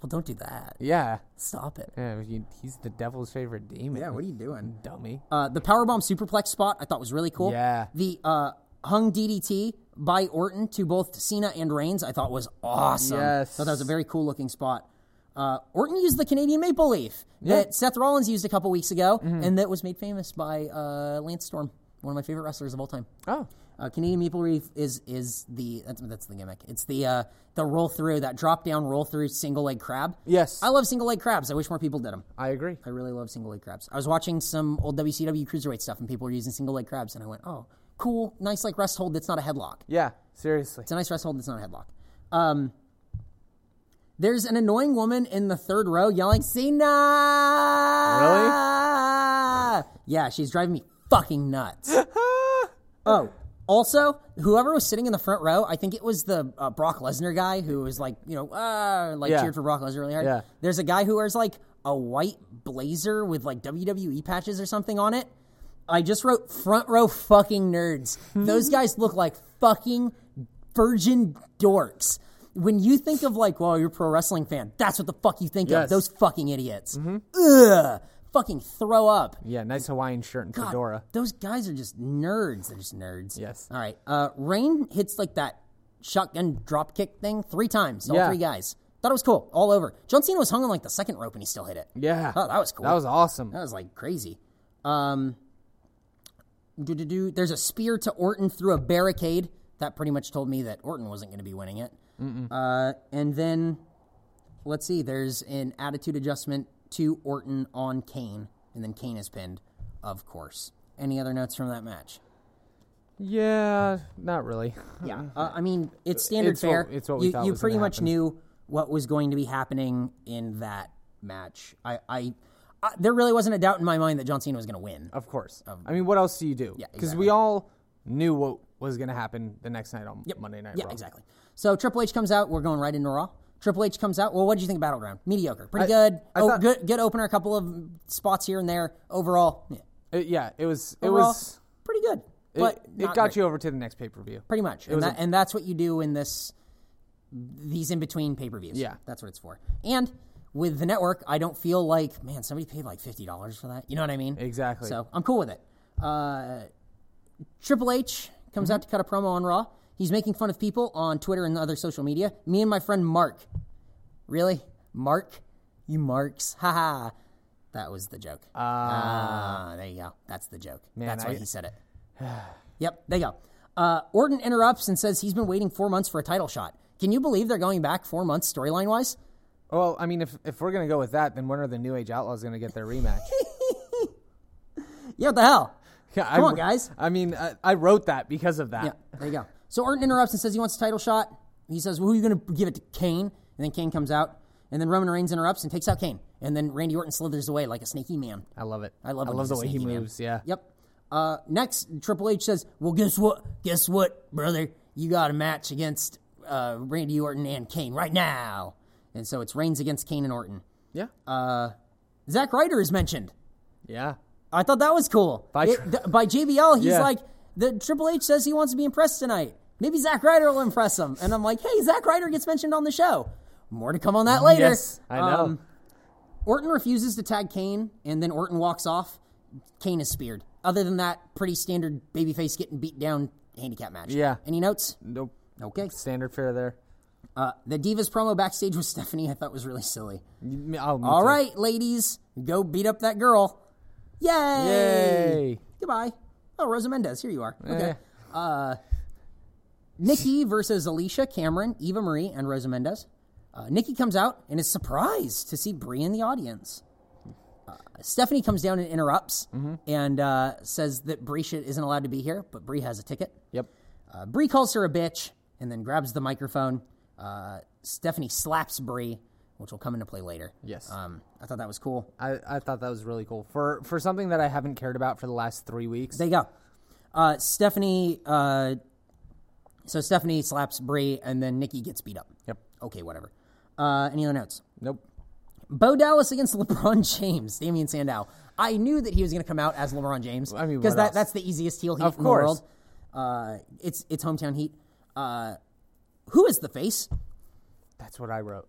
"Well, don't do that. yeah. Stop it. Yeah, he- he's the devil's favorite demon. are you doing?" dummy? Uh, the powerbomb superplex spot I thought was really cool. Yeah. The uh, hung DDT by Orton to both Cena and Reigns I thought was awesome. Yes. thought that was a very cool looking spot. Uh, Orton used the Canadian maple leaf that Seth Rollins used a couple weeks ago, Mm-hmm. and that was made famous by uh, Lance Storm, one of my favorite wrestlers of all time. Oh, Uh, Canadian Maple Leaf is is the that's, that's the gimmick. It's the uh, the roll through that drop down roll through single leg crab. Yes. I love single leg crabs. I wish more people did them. I agree. I really love single leg crabs. I was watching some old WCW cruiserweight stuff, and people were using single leg crabs, and I went, "Oh, cool, nice like rest hold that's not a headlock. Yeah, seriously. It's a nice rest hold that's not a headlock." Um, there's an annoying woman in the third row yelling, "Cena!" Really? Yeah, she's driving me fucking nuts. Oh, also, whoever was sitting in the front row, I think it was the uh, Brock Lesnar guy who was like, you know, uh, like Yeah. cheered for Brock Lesnar really hard. Yeah. There's a guy who wears like a white blazer with like WWE patches or something on it. I just wrote front row fucking nerds. Hmm. Those guys look like fucking virgin dorks. When you think of like, well, you're a pro wrestling fan, that's what the fuck you think of. Yes. Mm-hmm. Those fucking idiots. Ugh. Fucking throw up. Yeah, nice Hawaiian shirt and God, fedora. Those guys are just nerds. They're just nerds. Yes. All right. Uh, Rain hits like that shotgun drop kick thing three times. All Yeah. three guys. Thought it was cool. All over. John Cena was hung on like the second rope and he still hit it. Yeah, Oh, that was cool. that was awesome. That was like crazy. Um, do-do-do. There's a spear to Orton through a barricade. That pretty much told me that Orton wasn't going to be winning it. Uh, and then, let's see. There's an attitude adjustment to Orton on Kane, and then Kane is pinned, of course. Any other notes from that match? Yeah, not really. Yeah, uh, I mean it's standard It's what- fare. it's what we you, thought you was pretty gonna much happen. knew what was going to be happening in that match. I, I, I there really wasn't a doubt in my mind that John Cena was going to win. Of course. Um, I mean, what else do you do? Yeah, because we all knew what was going to happen the next night on Monday Night Yeah, Raw. exactly. So Triple H comes out. We're going right into Raw. Triple H comes out. Well, what did you think of Battleground? Mediocre. Pretty I- good. I oh, thought- good. Good opener. A couple of spots here and there. Overall, yeah, It- Uh, yeah, it was. It overall, was. pretty good. but it, not it got great. you over to the next pay per view. pretty much, and, that, and that's what you do in this these in between pay per views. Yeah. that's what it's for. And with the network, I don't feel like man, somebody paid like fifty dollars for that. You know what I mean? Exactly. So I'm cool with it. Uh, Triple H Mm-hmm. comes out to cut a promo on Raw. He's making fun of people on Twitter and other social media. Me and my friend Mark. Really? Mark? You marks? Haha. That was the joke. Ah, there you go. That's the joke. That's why I- he said it. yep, there you go. Uh, Orton interrupts and says he's been waiting four months for a title shot. Can you believe they're going back four months storyline wise? Well, I mean, if if we're gonna go with that, then when are the New Age Outlaws gonna get their rematch? Yeah, what the hell? Yeah, Come I, on, guys. I mean, I, I wrote that because of that. Yeah, there you go. So Orton interrupts and says he wants a title shot. He says, well, "Who are you going to give it to Kane?" And then Kane comes out, and then Roman Reigns interrupts and takes out Kane, and then Randy Orton slithers away like a sneaky man. I love it. I love. I when love he's a the way he sneaky man. moves. Yeah. Yep. Uh, next, Triple H says, "Well, guess what? Guess what, brother? You got a match against uh, Randy Orton and Kane right now." And so it's Reigns against Kane and Orton. Yeah. Uh, Zack Ryder is mentioned. yeah. I thought that was cool. By It- tr- th- by JBL, he's Yeah. like, the Triple H says he wants to be impressed tonight. Maybe Zack Ryder will impress him. And I'm like, hey, Zack Ryder gets mentioned on the show. More to come on that later. Yes, I know. Um, Orton refuses to tag Kane, and then Orton walks off. Kane is speared. Other than that, pretty standard babyface getting beat down handicap match. Yeah. Any notes? nope. Okay. Standard fare there. Uh, the Divas promo backstage with Stephanie I thought was really silly. You- me- Oh, me All too. right, ladies, go beat up that girl. Yay. Goodbye. Oh, Rosa Mendez, here you are. Okay. Eh. Nikki versus Alicia Cameron, Eva Marie, and Rosa Mendez. Uh, Nikki comes out and is surprised to see Brie in the audience. Uh, Stephanie comes down and interrupts Mm-hmm. and uh, says that Brie should, isn't allowed to be here, but Brie has a ticket. Yep. Uh, Brie calls her a bitch and then grabs the microphone. Uh, Stephanie slaps Brie, which will come into play later. Yes. Um, I thought that was cool. I, I thought that was really cool for for something that I haven't cared about for the last three weeks. There you go. Uh, Stephanie. Uh, so Stephanie slaps Brie, and then Nikki gets beat up. Yep. Okay, whatever. Uh, any other notes? Nope. Bo Dallas against LeBron James, Damian Sandow. I knew that he was going to come out as LeBron James I mean, because what that, else? that's the easiest heel heat Of in course. the world. Uh, it's it's hometown heat. Uh, who is the face? That's what I wrote.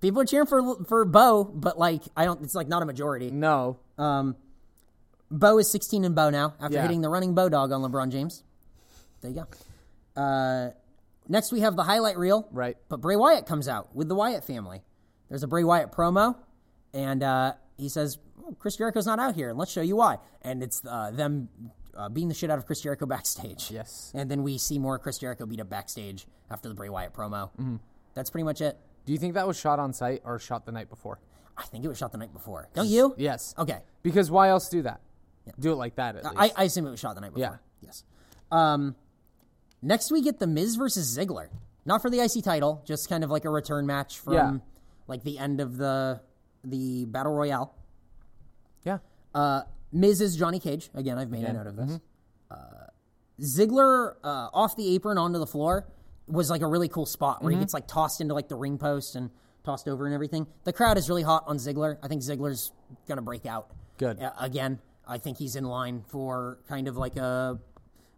People are cheering for for Bo, but like I don't. It's like not a majority. No. Uh. Bo is 16 and Bo now after Yeah. hitting the running Bo dog on LeBron James. There you go. Uh, next, we have the highlight reel. Right. But Bray Wyatt comes out with the Wyatt family. There's a Bray Wyatt promo, and uh, he says, "Oh, Chris Jericho's not out here, and let's show you why. And it's uh, them uh, beating the shit out of Chris Jericho backstage. Yes. And then we see more Chris Jericho beat up backstage after the Bray Wyatt promo. Mm-hmm. That's pretty much it. Do you think that was shot on site or shot the night before? I think it was shot the night before. Don't you? Yes. Okay. Because why else do that? Do it like that at least. I, I assume it was shot the night before. Yes. Um, next we get the Miz versus Ziggler. Not for the IC title, just kind of like a return match from Yeah. like the end of the the battle royale. yeah. Uh, Miz is Johnny Cage again. I've made a note of Mm-hmm. this. Uh, Ziggler uh, off the apron onto the floor was like a really cool spot where Mm-hmm. he gets like tossed into like the ring post and tossed over and everything. The crowd is really hot on Ziggler. I think Ziggler's gonna break out. Good. Uh, again, I think he's in line for kind of like a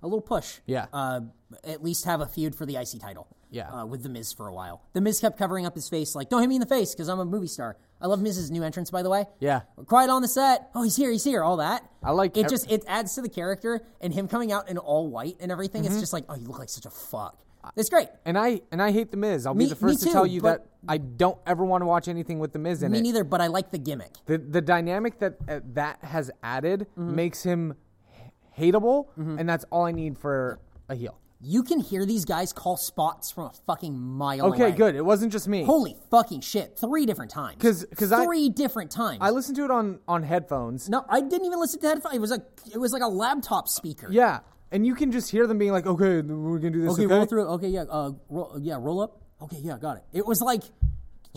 a little push. Yeah. Uh, at least have a feud for the IC title. Yeah. Uh, with the Miz for a while. The Miz kept covering up his face, like, "Don't hit me in the face," because I'm a movie star. I love Miz's new entrance, by the way. Yeah. Quiet on the set. Oh, he's here. He's here. All that. I like it. ev- Just it adds to the character and him coming out in all white and everything. It's just like, oh, you look like such a fuck. It's great. And Mm-hmm. I and I hate the Miz. I'll Me- be the me first too, to tell you but- that I don't ever want to watch anything with the Miz in Me it. neither, but I like the gimmick. The the dynamic that uh, that has added Mm-hmm. makes him h- hateable, and that's all I need for a heel. You can hear these guys call spots from a fucking mile away. Okay, good. It wasn't just me. Holy fucking shit! Three different times. 'Cause- 'cause I- three different times. I listened to it on on headphones. no, I didn't even listen to that. It was like it was like a laptop speaker. Yeah, and you can just hear them being like, "Okay, we're gonna do this." Okay, Okay, roll through. Okay, yeah. Uh, roll, yeah, roll up. Okay, yeah, got it. It was like,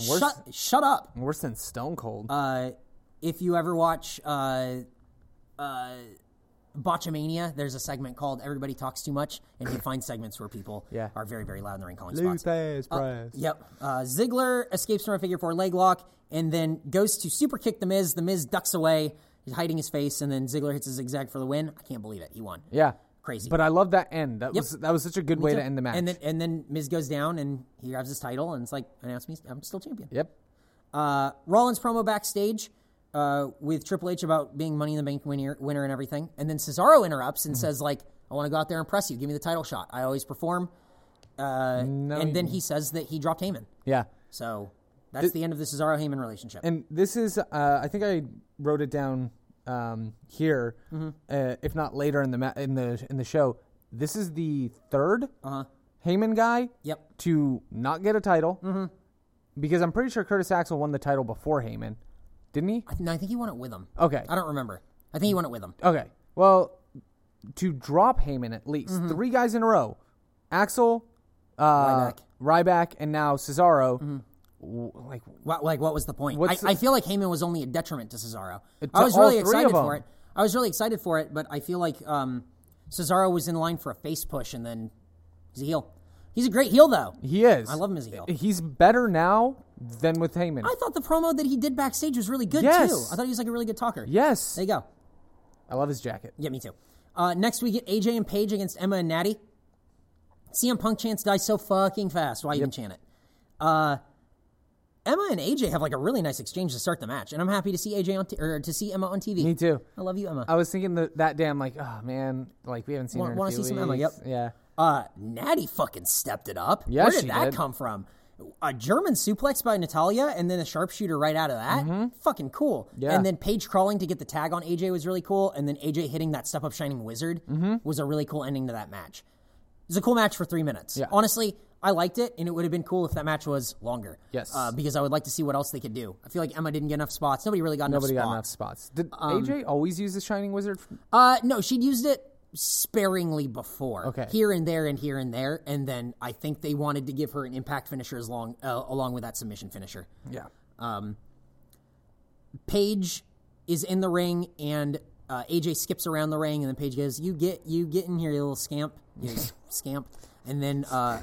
Worse- shut, shut up. Worse than Stone Cold. uh, if you ever watch uh, uh, Botchamania, there's a segment called "Everybody Talks Too Much," and you find segments where people Yeah. are very, very loud in the ring calling spots. Uh, Luthes Prize. Yep. Uh, Ziggler escapes from a figure four leg lock and then goes to super kick the Miz. The Miz ducks away He's hiding his face, and then Ziggler hits a zigzag for the win. I can't believe it. He won. Yeah. Crazy. But I love that end. That was that was such a good way to end the match. And then and then Miz goes down, and he grabs his title, and it's like announce me, I'm still champion. yep. Uh, Rollins promo backstage uh, with Triple H about being Money in the Bank winner, winner and everything, and then Cesaro interrupts and says like, "I want to go out there and impress you. Give me the title shot. I always perform." Uh, and then he says that he dropped Heyman. Yeah. So that's the end of the Cesaro Heyman relationship. And this is, uh, I think I wrote it down um, here, Mm-hmm. uh, if not later in the ma- in the in the show. This is the 3rd Heyman guy Uh-huh. yep. Mm-hmm. to not get a title, because I'm pretty sure Curtis Axel won the title before Heyman, didn't he? No, I think he won it with him. Okay. I don't remember. I think he won it with him. Okay. Well, to drop Heyman at least Mm-hmm. three guys in a row, Axel, uh, Ryback. Mm-hmm. Ryback, and now Cesaro. w- Like What, like, what was the point? I, What's the- I feel like Heyman was only a detriment to Cesaro. To I was all really three excited of for it. them. I was really excited for it, but I feel like um, Cesaro was in line for a face push, and then he's a heel. He's a great heel, though. he is. I love him as a heel. He's better now than with Heyman. I thought the promo that he did backstage was really good Yes. too. I thought he was like a really good talker. yes. There you go. I love his jacket. Yeah, me too. Uh, next we get AJ and Paige against Emma and Natty. CM Punk chants die so fucking fast. Why even chant it? Uh, Emma and AJ have like a really nice exchange to start the match, and I'm happy to see AJ on t- or to see Emma on TV. Me too. I love you, Emma. I was thinking that that day. I'm like, oh man, like we haven't seen Wa- her. in a wanna few see some Emma, weeks." yep. Yeah. Uh, Natty fucking stepped it up. Yeah, Where did she that did. come from? A German suplex by Natalia and then a sharpshooter right out of that. Fucking cool. Mm-hmm. Yeah. And then Paige crawling to get the tag on AJ was really cool. And then AJ hitting that step up Shining Wizard Mm-hmm. was a really cool ending to that match. It was a cool match for three minutes. Yeah. Honestly, I liked it, and it would have been cool if that match was longer. Yes. Uh, because I would like to see what else they could do. I feel like Emma didn't get enough spots. Nobody really got Nobody enough got enough spots. Um, spots. Did AJ always use the Shining Wizard? Uh, no, she'd used it sparingly before. Okay. Here and there and here and there. And then I think they wanted to give her an impact finisher as long, uh, along with that submission finisher. Yeah. Paige is in the ring and uh, AJ skips around the ring and then Paige goes, "You get you get in here, you little scamp, you scamp," and then uh,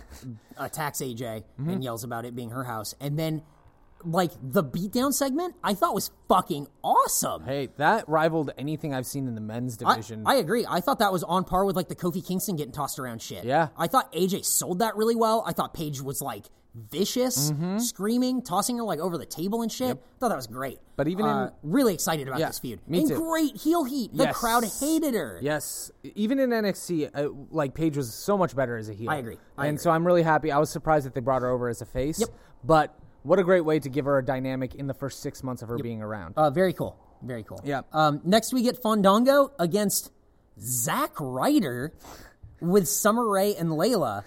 attacks AJ and yells about it being her house. And then, like the beatdown segment, I thought was fucking awesome. Hey, that rivaled anything I've seen in the men's I- division. I, agree. I thought that was on par with like the Kofi Kingston getting tossed around shit. Yeah. I thought AJ sold that really well. I thought Paige was like vicious, Mm-hmm. screaming, tossing her like over the table and shit. I thought that was great. But even Uh, really excited about Yeah, this feud. me and too. great heel heat. The Yes. crowd hated her. yes, even in NXT, uh, like Paige was so much better as a heel. I agree. I and agree. so I'm really happy. I was surprised that they brought her over as a face. Yep. But what a great way to give her a dynamic in the first six months of her being around. Uh, very cool. Very cool. Yeah. Um, next we get Fandango against Zack Ryder with Summer Rae and Layla.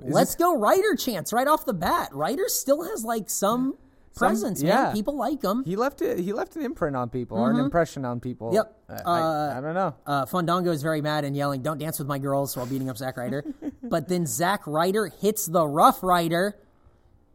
Let's go Ryder chance right off the bat. Ryder still has like some presence, yeah. man. People like him. he left it. He left an imprint on people or an impression on people. Mm-hmm. Yep. I, I, I don't know. uh, Fandango is very mad and yelling, "Don't dance with my girls!" while beating up Zack Ryder. but then Zack Ryder hits the Rough Rider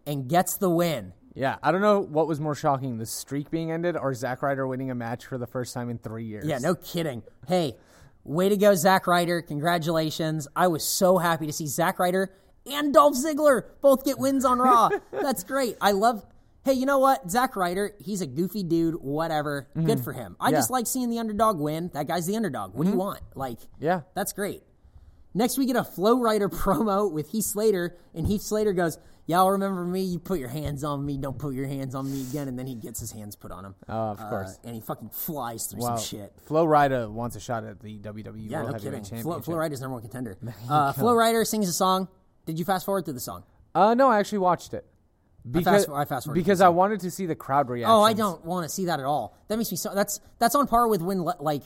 and gets the win. Yeah, I don't know what was more shocking, the streak being ended or Zack Ryder winning a match for the first time in three years. Yeah, no kidding. Hey, way to go, Zack Ryder! Congratulations! I was so happy to see Zack Ryder and Dolph Ziggler both get wins on Raw. That's great. I love. Hey, you know what? Zack Ryder, he's a goofy dude. Whatever. Good for him. I Mm-hmm. Yeah. Mm-hmm. just like seeing the underdog win. That guy's the underdog. What do you want? Like, Yeah. That's great. Next, we get a Flow Rider promo with Heath Slater, and Heath Slater goes, Y'all remember me? You put your hands on me. Don't put your hands on me again. And then he gets his hands put on him. Oh, of course. And he fucking flies through some shit. Flo Rida wants a shot at the WWE Yeah, World no Heavyweight kidding. Championship. Flo, Flo Rida's number one contender. Uh, Flo Rider sings a song. Did you fast forward through the song? uh, no, I actually watched it. Because fast- I fast-forwarded because I wanted to see the crowd reaction. Oh, I don't want to see that at all. That makes me so. That's that's on par with when le- like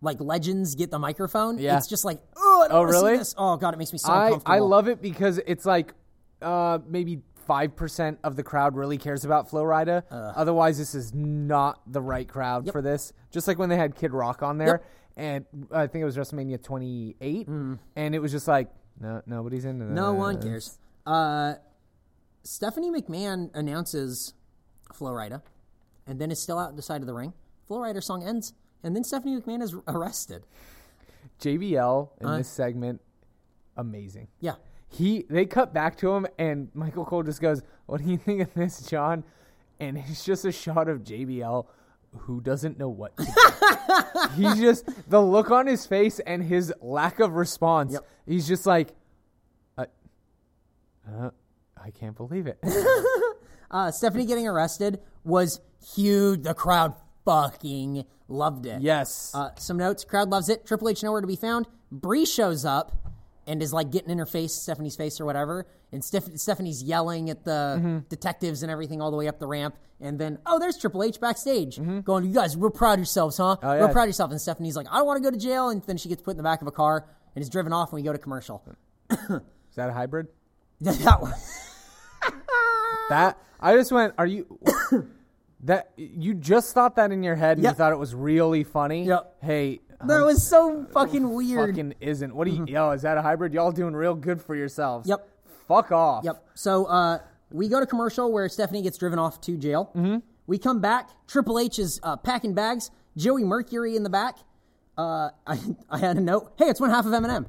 like legends get the microphone. Yeah. It's just like oh, I don't Oh, wanna see really? this." Oh god, it makes me so I, uncomfortable. I love it because it's like uh, maybe five percent of the crowd really cares about Flo Rida. Uh. Otherwise, this is not the right crowd for this. Just like when they had Kid Rock on there, and uh, I think it was WrestleMania 28, and it was just like no, nobody's into this. Mm. No one cares. Uh, Stephanie McMahon announces Flo Rida, and then is still out the side of the ring. Flo Rida song ends, and then Stephanie McMahon is arrested. JBL in Uh. this segment, amazing. Yeah. He they cut back to him and Michael Cole just goes, "What do you think of this, John?" And it's just a shot of JBL who doesn't know what to do. he just the look on his face and his lack of response. Yep. He's just like, uh, uh, I can't believe it. Uh, Stephanie getting arrested was huge. The crowd fucking loved it. yes. Uh, some notes. Crowd loves it. Triple H nowhere to be found. Bree shows up and is like getting in her face, Stephanie's face or whatever. And Steph- Stephanie's yelling at the Mm-hmm. detectives and everything all the way up the ramp. And then, oh, there's Triple H backstage going, you guys, real proud of yourselves, huh? Mm-hmm. Oh, yeah. Real proud of yourself. And Stephanie's like, I don't want to go to jail. And then she gets put in the back of a car and is driven off when we go to commercial. Is that a hybrid? that was. That I just went. Are you? that you just thought that in your head and Yep. you thought it was really funny. Yep. Hey. That was so fucking weird. Mm-hmm. Fucking isn't. What do you? Yo, is that a hybrid? Y'all doing real good for yourselves. Yep. Fuck off. Yep. So uh, we go to commercial where Stephanie gets driven off to jail. Mm-hmm. We come back. Triple H is uh, packing bags. Joey Mercury in the back. Uh, I, I had a note. Hey, it's one half of Eminem.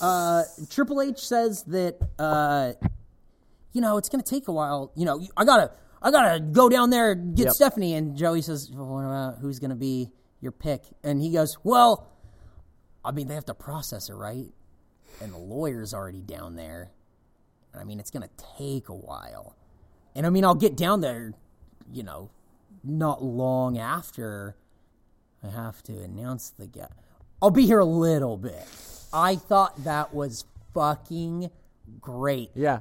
Uh, Triple H says that uh, you know it's going to take a while. You know, I gotta I gotta go down there and get Yep. Stephanie. And Joey says, well, what about who's going to be your pick? And he goes, well, I mean they have to process her, right? And the lawyer's already down there. And I mean, it's going to take a while. And I mean, I'll get down there, you know, not long after I have to announce the guy. I'll be here a little bit. I thought that was fucking great. Yeah.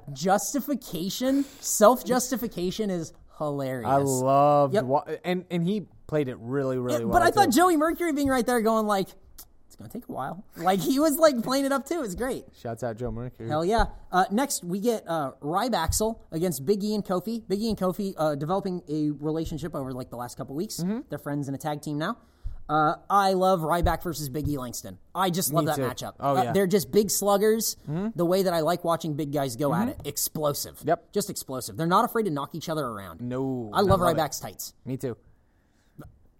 Justification, self justification is hilarious. I loved. Yep. Wa- and and he played it really really well. but I too. thought Joey Mercury being right there going, like, it's going to take a while. Like, he was like playing it up too. It's great. Shouts out Joe Mercury. Hell yeah. Uh, next, we get uh, Rybacksel against Big E and Kofi. Big E and Kofi uh, developing a relationship over like the last couple weeks. Mm-hmm. They're friends and a tag team now. Uh, I love Ryback versus Big E Langston. I just love that too. matchup. Oh, Uh, yeah. Mm-hmm. they're just big sluggers, the way that I like watching big guys go at it. Explosive. Yep. Just explosive. They're not afraid to knock each other around. No, I love I love it. Ryback's tights. Me too.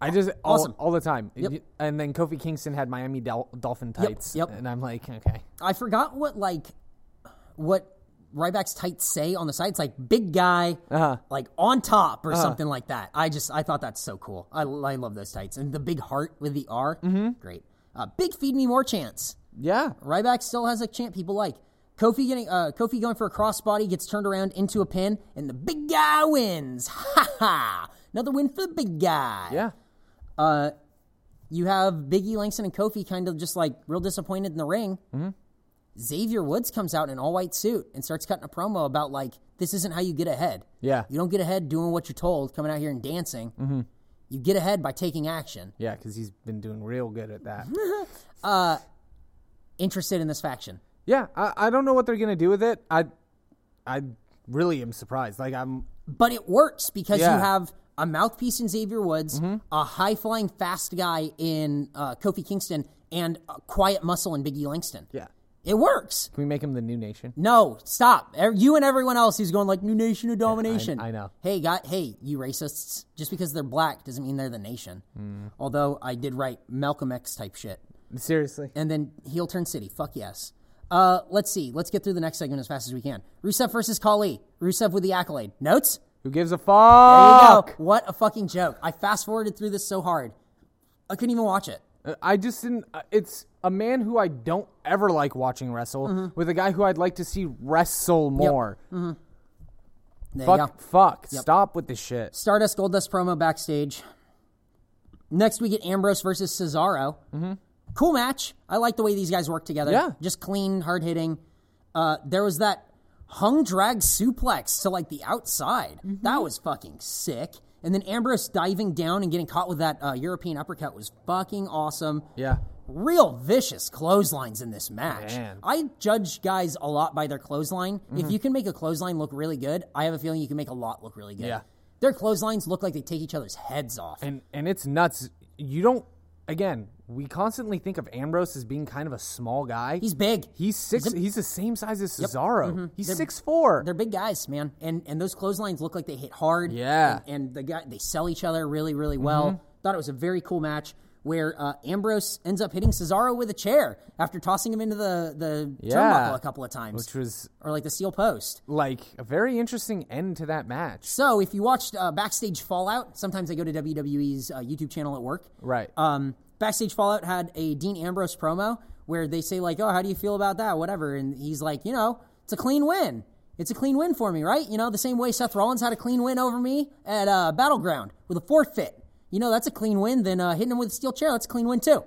I just all, Uh, Awesome. all the time. And then Kofi Kingston had Miami Dol- Dolphin tights. yep. And I'm like, okay. I forgot what like what Ryback's tights say on the side. It's like big guy, like on top or something like that. I just I thought that's so cool. I, I love those tights and the big heart with the R. Great. Uh, big feed me more chance. Yeah. Ryback still has a chant people like. Kofi getting uh, Kofi going for a crossbody gets turned around into a pin and the big guy wins. Ha ha! Another win for the big guy Yeah. you have Biggie Langston and Kofi kind of just like real disappointed in the ring. Mm-hmm. Xavier Woods comes out in an all white suit and starts cutting a promo about like this isn't how you get ahead. Yeah. Mm-hmm. You don't get ahead doing what you're told, coming out here and dancing. You get ahead by taking action. Yeah, because he's been doing real good at that. Interested in this faction. yeah. I, I don't know what they're gonna do with it. I I really am surprised. Like I'm But it works because Yeah. Mm-hmm. you have a mouthpiece in Xavier Woods, a high flying fast guy in uh, Kofi Kingston, and a quiet muscle in Biggie Langston. Yeah. It works. Can we make him the new nation? No, stop. Er- You and everyone else who's going like new nation of domination. I know. Hey, got hey, you racists. Just because they're black doesn't mean they're the nation. Mm. Although I did write Malcolm X type shit. Seriously. And then heel turn city. Fuck yes. Uh, let's see. Let's get through the next segment as fast as we can. Rusev versus Kali. Rusev with the accolade. Notes? Who gives a There you fuck? go. What a fucking joke. I fast forwarded through this so hard. I couldn't even watch it. Uh, I just didn't. uh, It's a man who I don't ever like watching wrestle Mm-hmm. with a guy who I'd like to see wrestle more. There you go. Fuck, fuck. Stop with this shit. Stardust Goldust promo backstage. Next, we get Ambrose versus Cesaro. Mm-hmm. Cool match. I like the way these guys work together. Yeah. Just clean, hard hitting. Uh, there was that hung drag suplex to like the outside. Mm-hmm. That was fucking sick. And then Ambrose diving down and getting caught with that uh, European uppercut was fucking awesome. Yeah. Real vicious clotheslines in this match. Man. Mm-hmm. I judge guys a lot by their clothesline. If you can make a clothesline look really good, I have a feeling you can make a lot look really good. Yeah. Their clotheslines look like they take each other's heads off. and and it's nuts. You don't. Again, we constantly think of Ambrose as being kind of a small guy. He's big. He's six. He's, the same size as Cesaro. He's six four. They're big guys, man. And and those clotheslines look like they hit hard. Yeah. Mm-hmm. And, and the guy they sell each other really, really well. Thought it was a very cool match. where uh, Ambrose ends up hitting Cesaro with a chair after tossing him into the, the Yeah. turnbuckle a couple of times, which was or like the steel post. like a very interesting end to that match. So if you watched uh, Backstage Fallout, sometimes I go to WWE's uh, YouTube channel at work. Right. Um, Backstage Fallout had a Dean Ambrose promo where they say like, "Oh, how do you feel about that?" Whatever, and he's like, "You know, it's a clean win. It's a clean win for me, right? You know, the same way Seth Rollins had a clean win over me at uh, Battleground with a forfeit. You know, that's a clean win. Then uh, hitting him with a steel chair, that's a clean win too.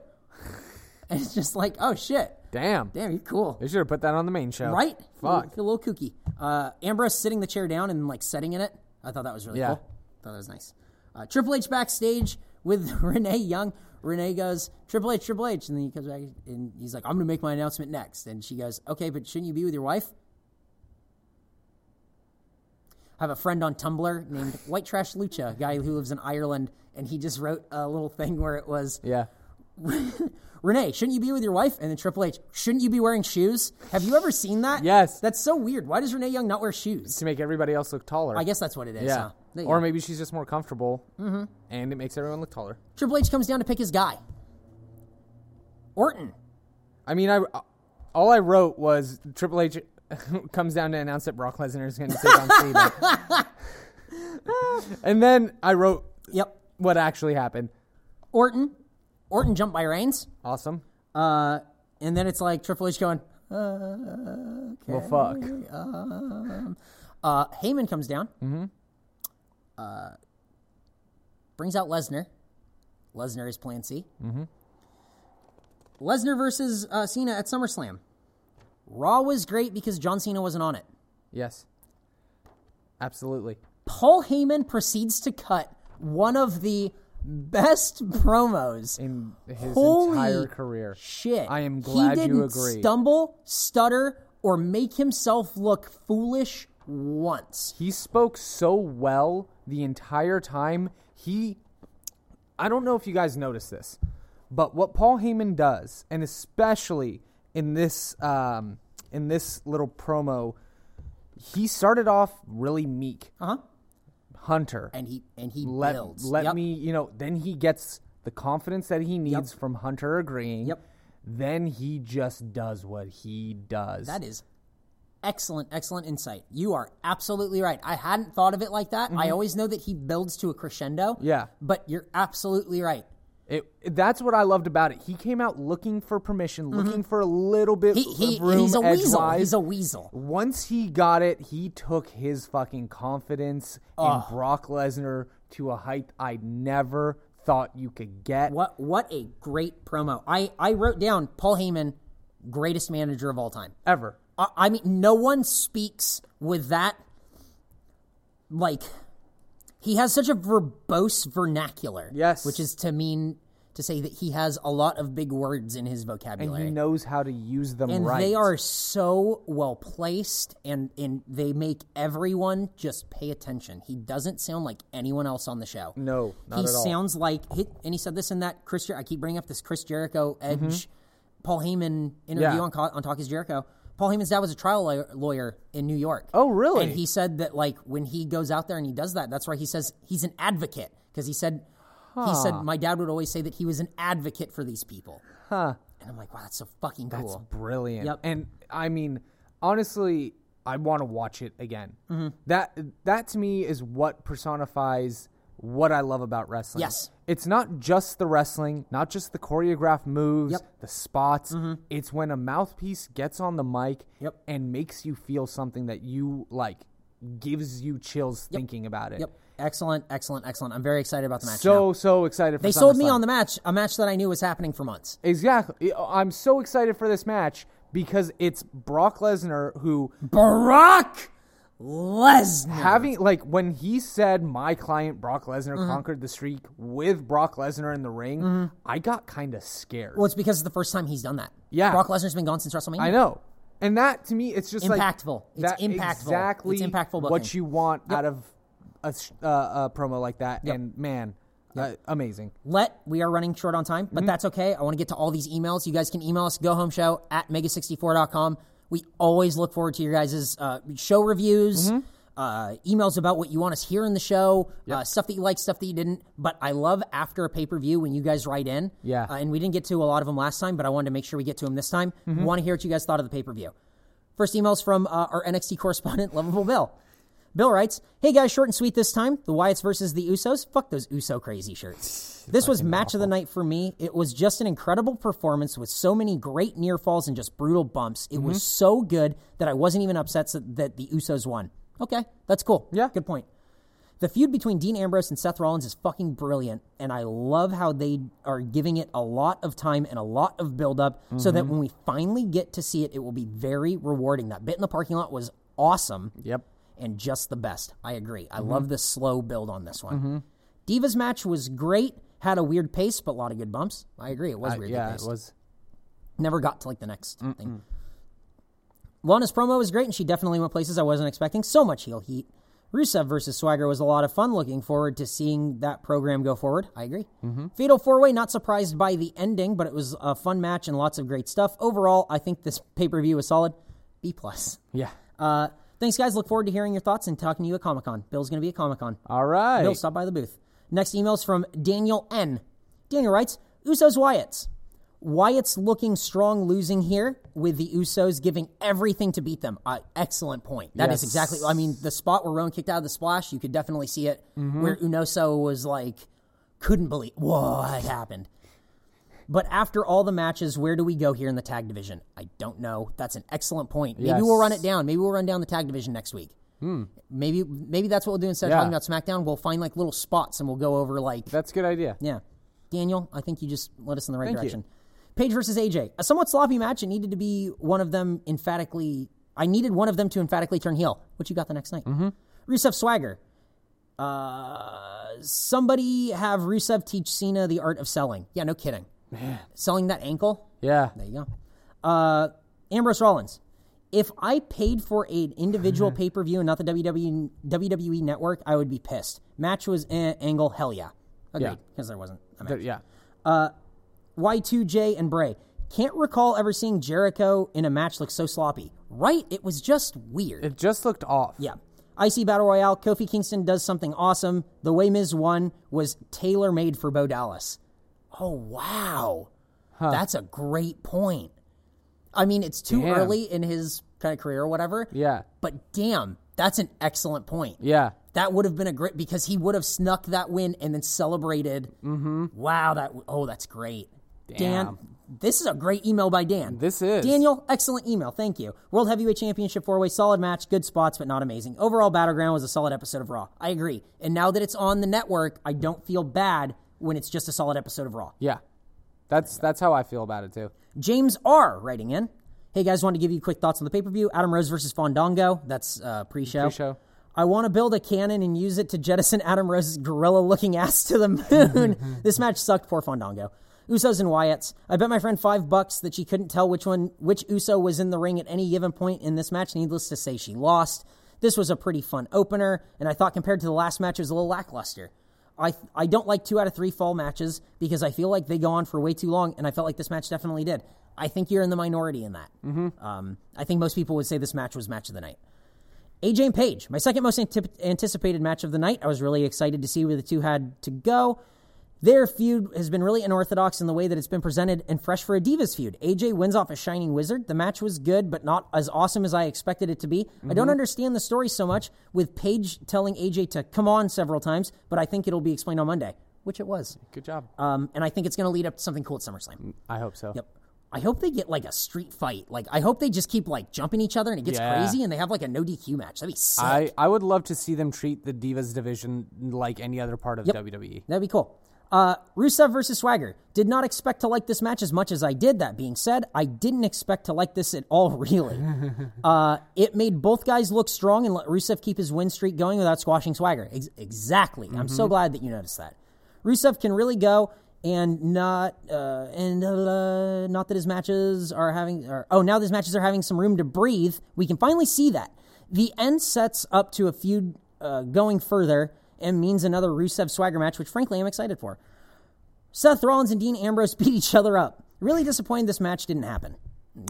and it's just like, oh shit, Damn. damn, you're cool, They should have put that on the main show. right? Fuck. Feel a little kooky. Uh, Ambrose sitting the chair down and like setting in it. I thought that was really Yeah. cool. Thought that was nice. Uh, Triple H backstage with Renee Young. Renee goes, Triple H, Triple H. And then he comes back and he's like, I'm going to make my announcement next. And she goes, Okay, but shouldn't you be with your wife? I have a friend on Tumblr named White Trash Lucha, a guy who lives in Ireland, and he just wrote a little thing where it was, Yeah. Renee, shouldn't you be with your wife? And then Triple H, shouldn't you be wearing shoes? Have you ever seen that? Yes. That's so weird. Why does Renee Young not wear shoes? To make everybody else look taller. I guess that's what it is. Yeah. huh? There you Or go. maybe she's just more comfortable. Mm-hmm. And it makes everyone look taller. Triple H comes down to pick his guy. Orton. I mean, I uh, all I wrote was Triple H comes down to announce that Brock Lesnar is going to take on Cena. and then I wrote Yep. what actually happened. Orton. Orton jumped by Reigns. Awesome. Uh, and then it's like Triple H going, Well, fuck. uh, Heyman comes down. Mm-hmm. Uh, brings out Lesnar. Lesnar is Plan C. Mm-hmm. Lesnar versus uh, Cena at SummerSlam. Raw was great because John Cena wasn't on it. Yes. Absolutely. Paul Heyman proceeds to cut one of the best promos In his Holy entire career. Shit. I am glad he you didn't agree. Stumble, stutter, or make himself look foolish once. He spoke so well the entire time. He I don't know if you guys noticed this, but what Paul Heyman does, and especially in this um, in this little promo, he started off really meek. Uh-huh. Hunter. And he and he let builds. let Yep. me, you know, then he gets the confidence that he needs from Hunter agreeing. Yep. Then he just does what he does. That is excellent, excellent insight. You are absolutely right. I hadn't thought of it like that. I always know that he builds to a crescendo. Mm-hmm. Yeah. But you're absolutely right. It, that's what I loved about it. He came out looking for permission, looking for a little bit Mm-hmm. He, he of room he's a weasel. edgewise. He's a weasel. Once he got it, he took his fucking confidence Ah. in Brock Lesnar to a height I never thought you could get. What what a great promo. I, I wrote down Paul Heyman, greatest manager of all time. Ever. I, I mean, no one speaks with that. Like, he has such a verbose vernacular. Yes. which is to mean to say that he has a lot of big words in his vocabulary, He knows how to use them and right. they are so well placed, and and they make everyone just pay attention. He doesn't sound like anyone else on the show. No, not he at all. sounds like he, and he said this in that Chris. Jer- I keep bringing up this Chris Jericho Edge, Paul Heyman interview Mm-hmm. Yeah. on, Co- on Talk Is Jericho. Paul Heyman's dad was a trial lawyer, lawyer in New York. Oh, really? And he said that like when he goes out there and he does that, that's why he says he's an advocate because he said he said my dad would always say that he was an advocate for these people. Huh. And I'm like, wow, that's so fucking cool. It's brilliant. Yep. And I mean, honestly, I want to watch it again. Mm-hmm. That that to me is what personifies what I love about wrestling. Yes. It's not just the wrestling, not just the choreographed moves, Yep. Mm-hmm. the spots. It's when a mouthpiece gets on the mic Yep. and makes you feel something that you like gives you chills thinking about it. Yep. Excellent, excellent, excellent. I'm very excited about the match. now. So so excited for they sold me on the match, a match that I knew was happening for months. Exactly. I'm so excited for this match because it's Brock Lesnar who Brock Lesnar. having like when he said my client Brock Lesnar Mm-hmm. conquered the streak with Brock Lesnar in the ring, I got kind of scared. Well, it's because it's the first time he's done that. Yeah. Brock Lesnar's been gone since WrestleMania. I know, and that to me, it's just Impactful. Like, It's that- impactful. Exactly. It's impactful What booking. you want out of a, sh- uh, a promo like that, and man, uh, amazing. Let, we are running short on time, but that's okay. I want to get to all these emails. You guys can email us, gohomeshow at mega64.com. We always look forward to your guys' uh, show reviews, uh, emails about what you want us here in the show, uh, stuff that you liked, stuff that you didn't. But I love after a pay per view when you guys write in. Yeah. Uh, and we didn't get to a lot of them last time, but I wanted to make sure we get to them this time. Want to hear what you guys thought of the pay per view. First email's from uh, our NXT correspondent, Lovable Bill. Bill writes, Hey guys, short and sweet this time. The Wyatts versus the Usos. Fuck those Uso crazy shirts. This was match of the night for me. It was just an incredible performance with so many great near falls and just brutal bumps. It was so good that I wasn't even upset so- that the Usos won. Okay, that's cool. Yeah. Good point. The feud between Dean Ambrose and Seth Rollins is fucking brilliant, and I love how they are giving it a lot of time and a lot of buildup so that when we finally get to see it, it will be very rewarding. That bit in the parking lot was awesome Yep. and just the best. I agree. I Mm-hmm. love the slow build on this one. Divas match was great, had a weird pace, but a lot of good bumps. I agree. It was weirdly Yeah, it paced. was. Never got to like the next thing. Lana's promo was great, and she definitely went places I wasn't expecting. So much heel heat. Rusev versus Swagger was a lot of fun. Looking forward to seeing that program go forward. I agree. Mm-hmm. Fatal Four Way. Not surprised by the ending, but it was a fun match and lots of great stuff. Overall, I think this pay per view was solid. B plus. Yeah. Uh, thanks, guys. Look forward to hearing your thoughts and talking to you at Comic Con. Bill's going to be at Comic Con. All right. Bill, stop by the booth. Next email's from Daniel N. Daniel writes Usos Wyatts. Wyatt's looking strong losing here with the Usos giving everything to beat them. Uh, excellent point. That is Yes. exactly, I mean, the spot where Rowan kicked out of the splash, you could definitely see it Mm-hmm. where Unoso was like, couldn't believe what happened. But after all the matches, where do we go here in the tag division? I don't know. That's an excellent point. Maybe we'll run it Yes. Hmm. down. Maybe we'll run down the tag division next week. Maybe maybe that's what we'll do instead Yeah. of talking about SmackDown. We'll find like little spots and we'll go over like That's a good idea. yeah. Daniel, I think you just led us in the right Thank you. direction. Page Paige versus AJ. A somewhat sloppy match. It needed to be one of them emphatically. I needed one of them to emphatically turn heel, which you got the next night. Mm-hmm. Rusev Swagger. Uh, somebody have Rusev teach Cena the art of selling. Yeah, no kidding. Selling that ankle. Yeah. There you go. Uh, Ambrose Rollins. If I paid for an individual pay per view and not the E, WWE, WWE network, I would be pissed. Match was eh, angle, hell yeah. Yeah. Agreed, because there wasn't a match. There- yeah. Y2J and Bray. Can't recall ever seeing Jericho in a match look so sloppy. Right? It was just weird. It just looked off. yeah. Icy Battle Royale. Kofi Kingston does something awesome. The way Miz won was tailor made for Bo Dallas. Oh, wow. That's a great point. I mean, it's too Damn. early in his kind of career or whatever. Yeah. But damn, that's an excellent point. Yeah. That would have been a great because he would have snuck that win and then celebrated. Wow, that oh, that's great. Dan, Mm-hmm. Damn. this is a great email by Dan. This is. Daniel, excellent email. Thank you. World Heavyweight Championship four way, solid match, good spots, but not amazing. Overall, Battleground was a solid episode of Raw. I agree. And now that it's on the network, I don't feel bad when it's just a solid episode of Raw. Yeah. That's that's how I feel about it too. James R. writing in. Hey guys, wanted to give you quick thoughts on the pay per view. Adam Rose versus Fandango. That's uh, pre-show. Pre-show. I want to build a cannon and use it to jettison Adam Rose's gorilla-looking ass to the moon. this match sucked. Poor Fandango. Usos and Wyatts. I bet my friend five bucks that she couldn't tell which one, which Uso was in the ring at any given point in this match. Needless to say, she lost. This was a pretty fun opener, and I thought compared to the last match, it was a little lackluster. I I don't like two out of three fall matches because I feel like they go on for way too long, and I felt like this match definitely did. I think you're in the minority in that. Um, I think most people would say this match was match of the night. AJ and Page, my second most antip anticipated match of the night. I was really excited to see where the two had to go. Their feud has been really unorthodox in the way that it's been presented and fresh for a Divas feud. AJ wins off a Shining Wizard. The match was good, but not as awesome as I expected it to be. I don't understand the story so much, with Paige telling AJ to come on several times, but I think it'll be explained on Monday, which it was. Good job. Um, and I think it's going to lead up to something cool at SummerSlam. I hope so. Yep. I hope they get like a street fight. Like, I hope they just keep like jumping each other and it gets Yeah. crazy and they have like a no DQ match. That'd be sick. I, I would love to see them treat the Divas division like any other part of E. WWE. That'd be cool. Uh, Rusev versus Swagger. Did not expect to like this match as much as I did. That being said, I didn't expect to like this at all, really. uh, it made both guys look strong and let Rusev keep his win streak going without squashing Swagger. Ex- exactly. I'm so glad that you noticed that. Rusev can really go. And not uh, and uh, not that his matches are having or, oh now these matches are having some room to breathe. We can finally see that the end sets up to a feud uh, going further and means another Rusev Swagger match, which frankly I'm excited for. Seth Rollins and Dean Ambrose beat each other up. Really disappointed this match didn't happen.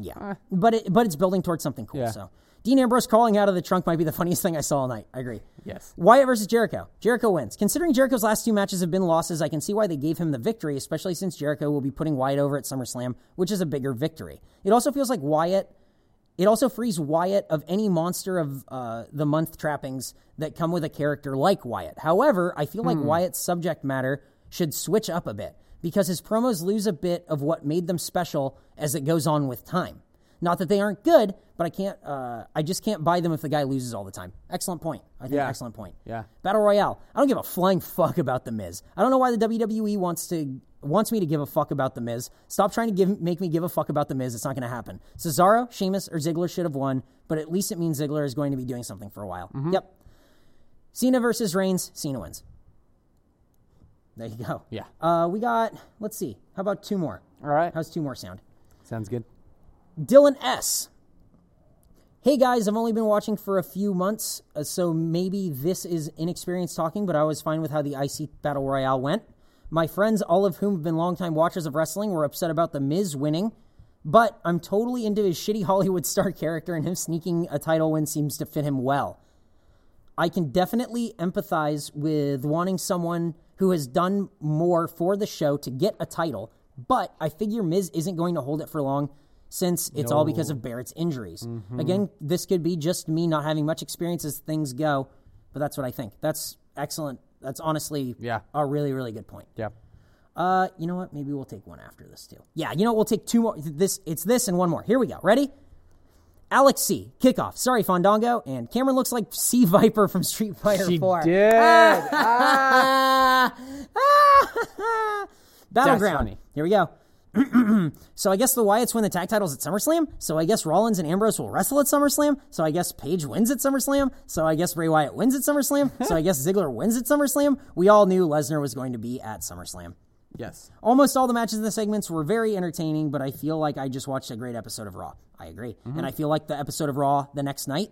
Yeah, but it, but it's building towards something cool. So Dean Ambrose calling out of the trunk might be the funniest thing I saw all night. I agree. Yes. Wyatt versus Jericho. Jericho wins. Considering Jericho's last two matches have been losses, I can see why they gave him the victory, especially since Jericho will be putting Wyatt over at SummerSlam, which is a bigger victory. It also feels like Wyatt. It also frees Wyatt of any monster of uh, the month trappings that come with a character like Wyatt. However, I feel Hmm. like Wyatt's subject matter should switch up a bit because his promos lose a bit of what made them special as it goes on with time. Not that they aren't good, but I can't. Uh, I just can't buy them if the guy loses all the time. Excellent point. I think Yeah. excellent point. Yeah. Battle Royale. I don't give a flying fuck about the Miz. I don't know why the WWE wants to wants me to give a fuck about the Miz. Stop trying to give make me give a fuck about the Miz. It's not going to happen. Cesaro, Sheamus, or Ziggler should have won, but at least it means Ziggler is going to be doing something for a while. Mm-hmm. Yep. Cena versus Reigns. Cena wins. There you go. Yeah. Uh, we got. Let's see. How about two more? All right. How's two more sound? Sounds good. Dylan S. Hey guys, I've only been watching for a few months, uh, so maybe this is inexperienced talking, but I was fine with how the IC Battle Royale went. My friends, all of whom have been longtime watchers of wrestling, were upset about The Miz winning, but I'm totally into his shitty Hollywood star character, and him sneaking a title win seems to fit him well. I can definitely empathize with wanting someone who has done more for the show to get a title, but I figure Miz isn't going to hold it for long since it's all because of Barrett's injuries. Again, this could be just me not having much experience as things go, but that's what I think. That's excellent. That's honestly Yeah. a really, really good point. Yeah. Uh, you know what? Maybe we'll take one after this too. Yeah, you know what? We'll take two more. This it's this and one more. Here we go. Ready? Alex C. Kickoff. Sorry, Fondango. And Cameron looks like Sea Viper from Street Fighter She Four. did. Ah! Battleground. funny. Here we go. so I guess the Wyatts win the tag titles at SummerSlam. So I guess Rollins and Ambrose will wrestle at SummerSlam. So I guess Paige wins at SummerSlam. So I guess Bray Wyatt wins at SummerSlam. so I guess Ziggler wins at SummerSlam. We all knew Lesnar was going to be at SummerSlam. Yes. Almost all the matches in the segments were very entertaining, but I feel like I just watched a great episode of Raw. I agree. Mm-hmm. And I feel like the episode of Raw the next night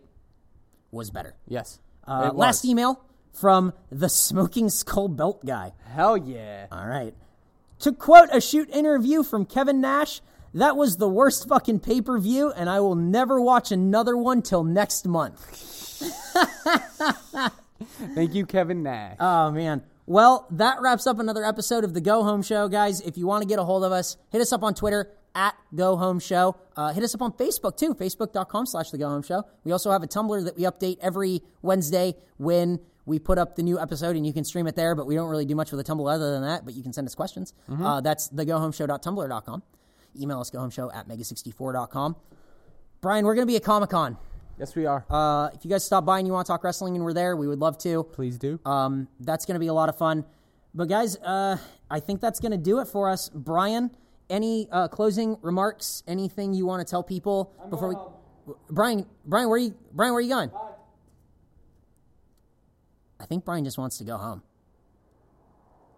was better. Yes. Uh, It was. last email from the smoking skull belt guy. Hell yeah. All right. To quote a shoot interview from Kevin Nash, that was the worst fucking pay per view, and I will never watch another one till next month. Thank you, Kevin Nash. Oh, man. Well, that wraps up another episode of the Go Home Show, guys. If you want to get a hold of us, hit us up on Twitter at Go Home Show. Uh, hit us up on Facebook too, facebook.com slash The Go Home Show. We also have a Tumblr that we update every Wednesday when we put up the new episode and you can stream it there, but we don't really do much with the Tumblr other than that, but you can send us questions. Uh, that's thegohomeshow.tumblr.com. Email us gohomeshow at mega64.com. Brian, we're going to be at Comic Con. yes, we are. Uh, if you guys stop by and you want to talk wrestling and we're there, we would love to. Please do. Um, that's going to be a lot of fun. But guys, uh, I think that's going to do it for us. Brian, any uh, closing remarks? Anything you want to tell people before we? Brian, Brian, where are you? Brian, where are you going? I think Brian just wants to go home.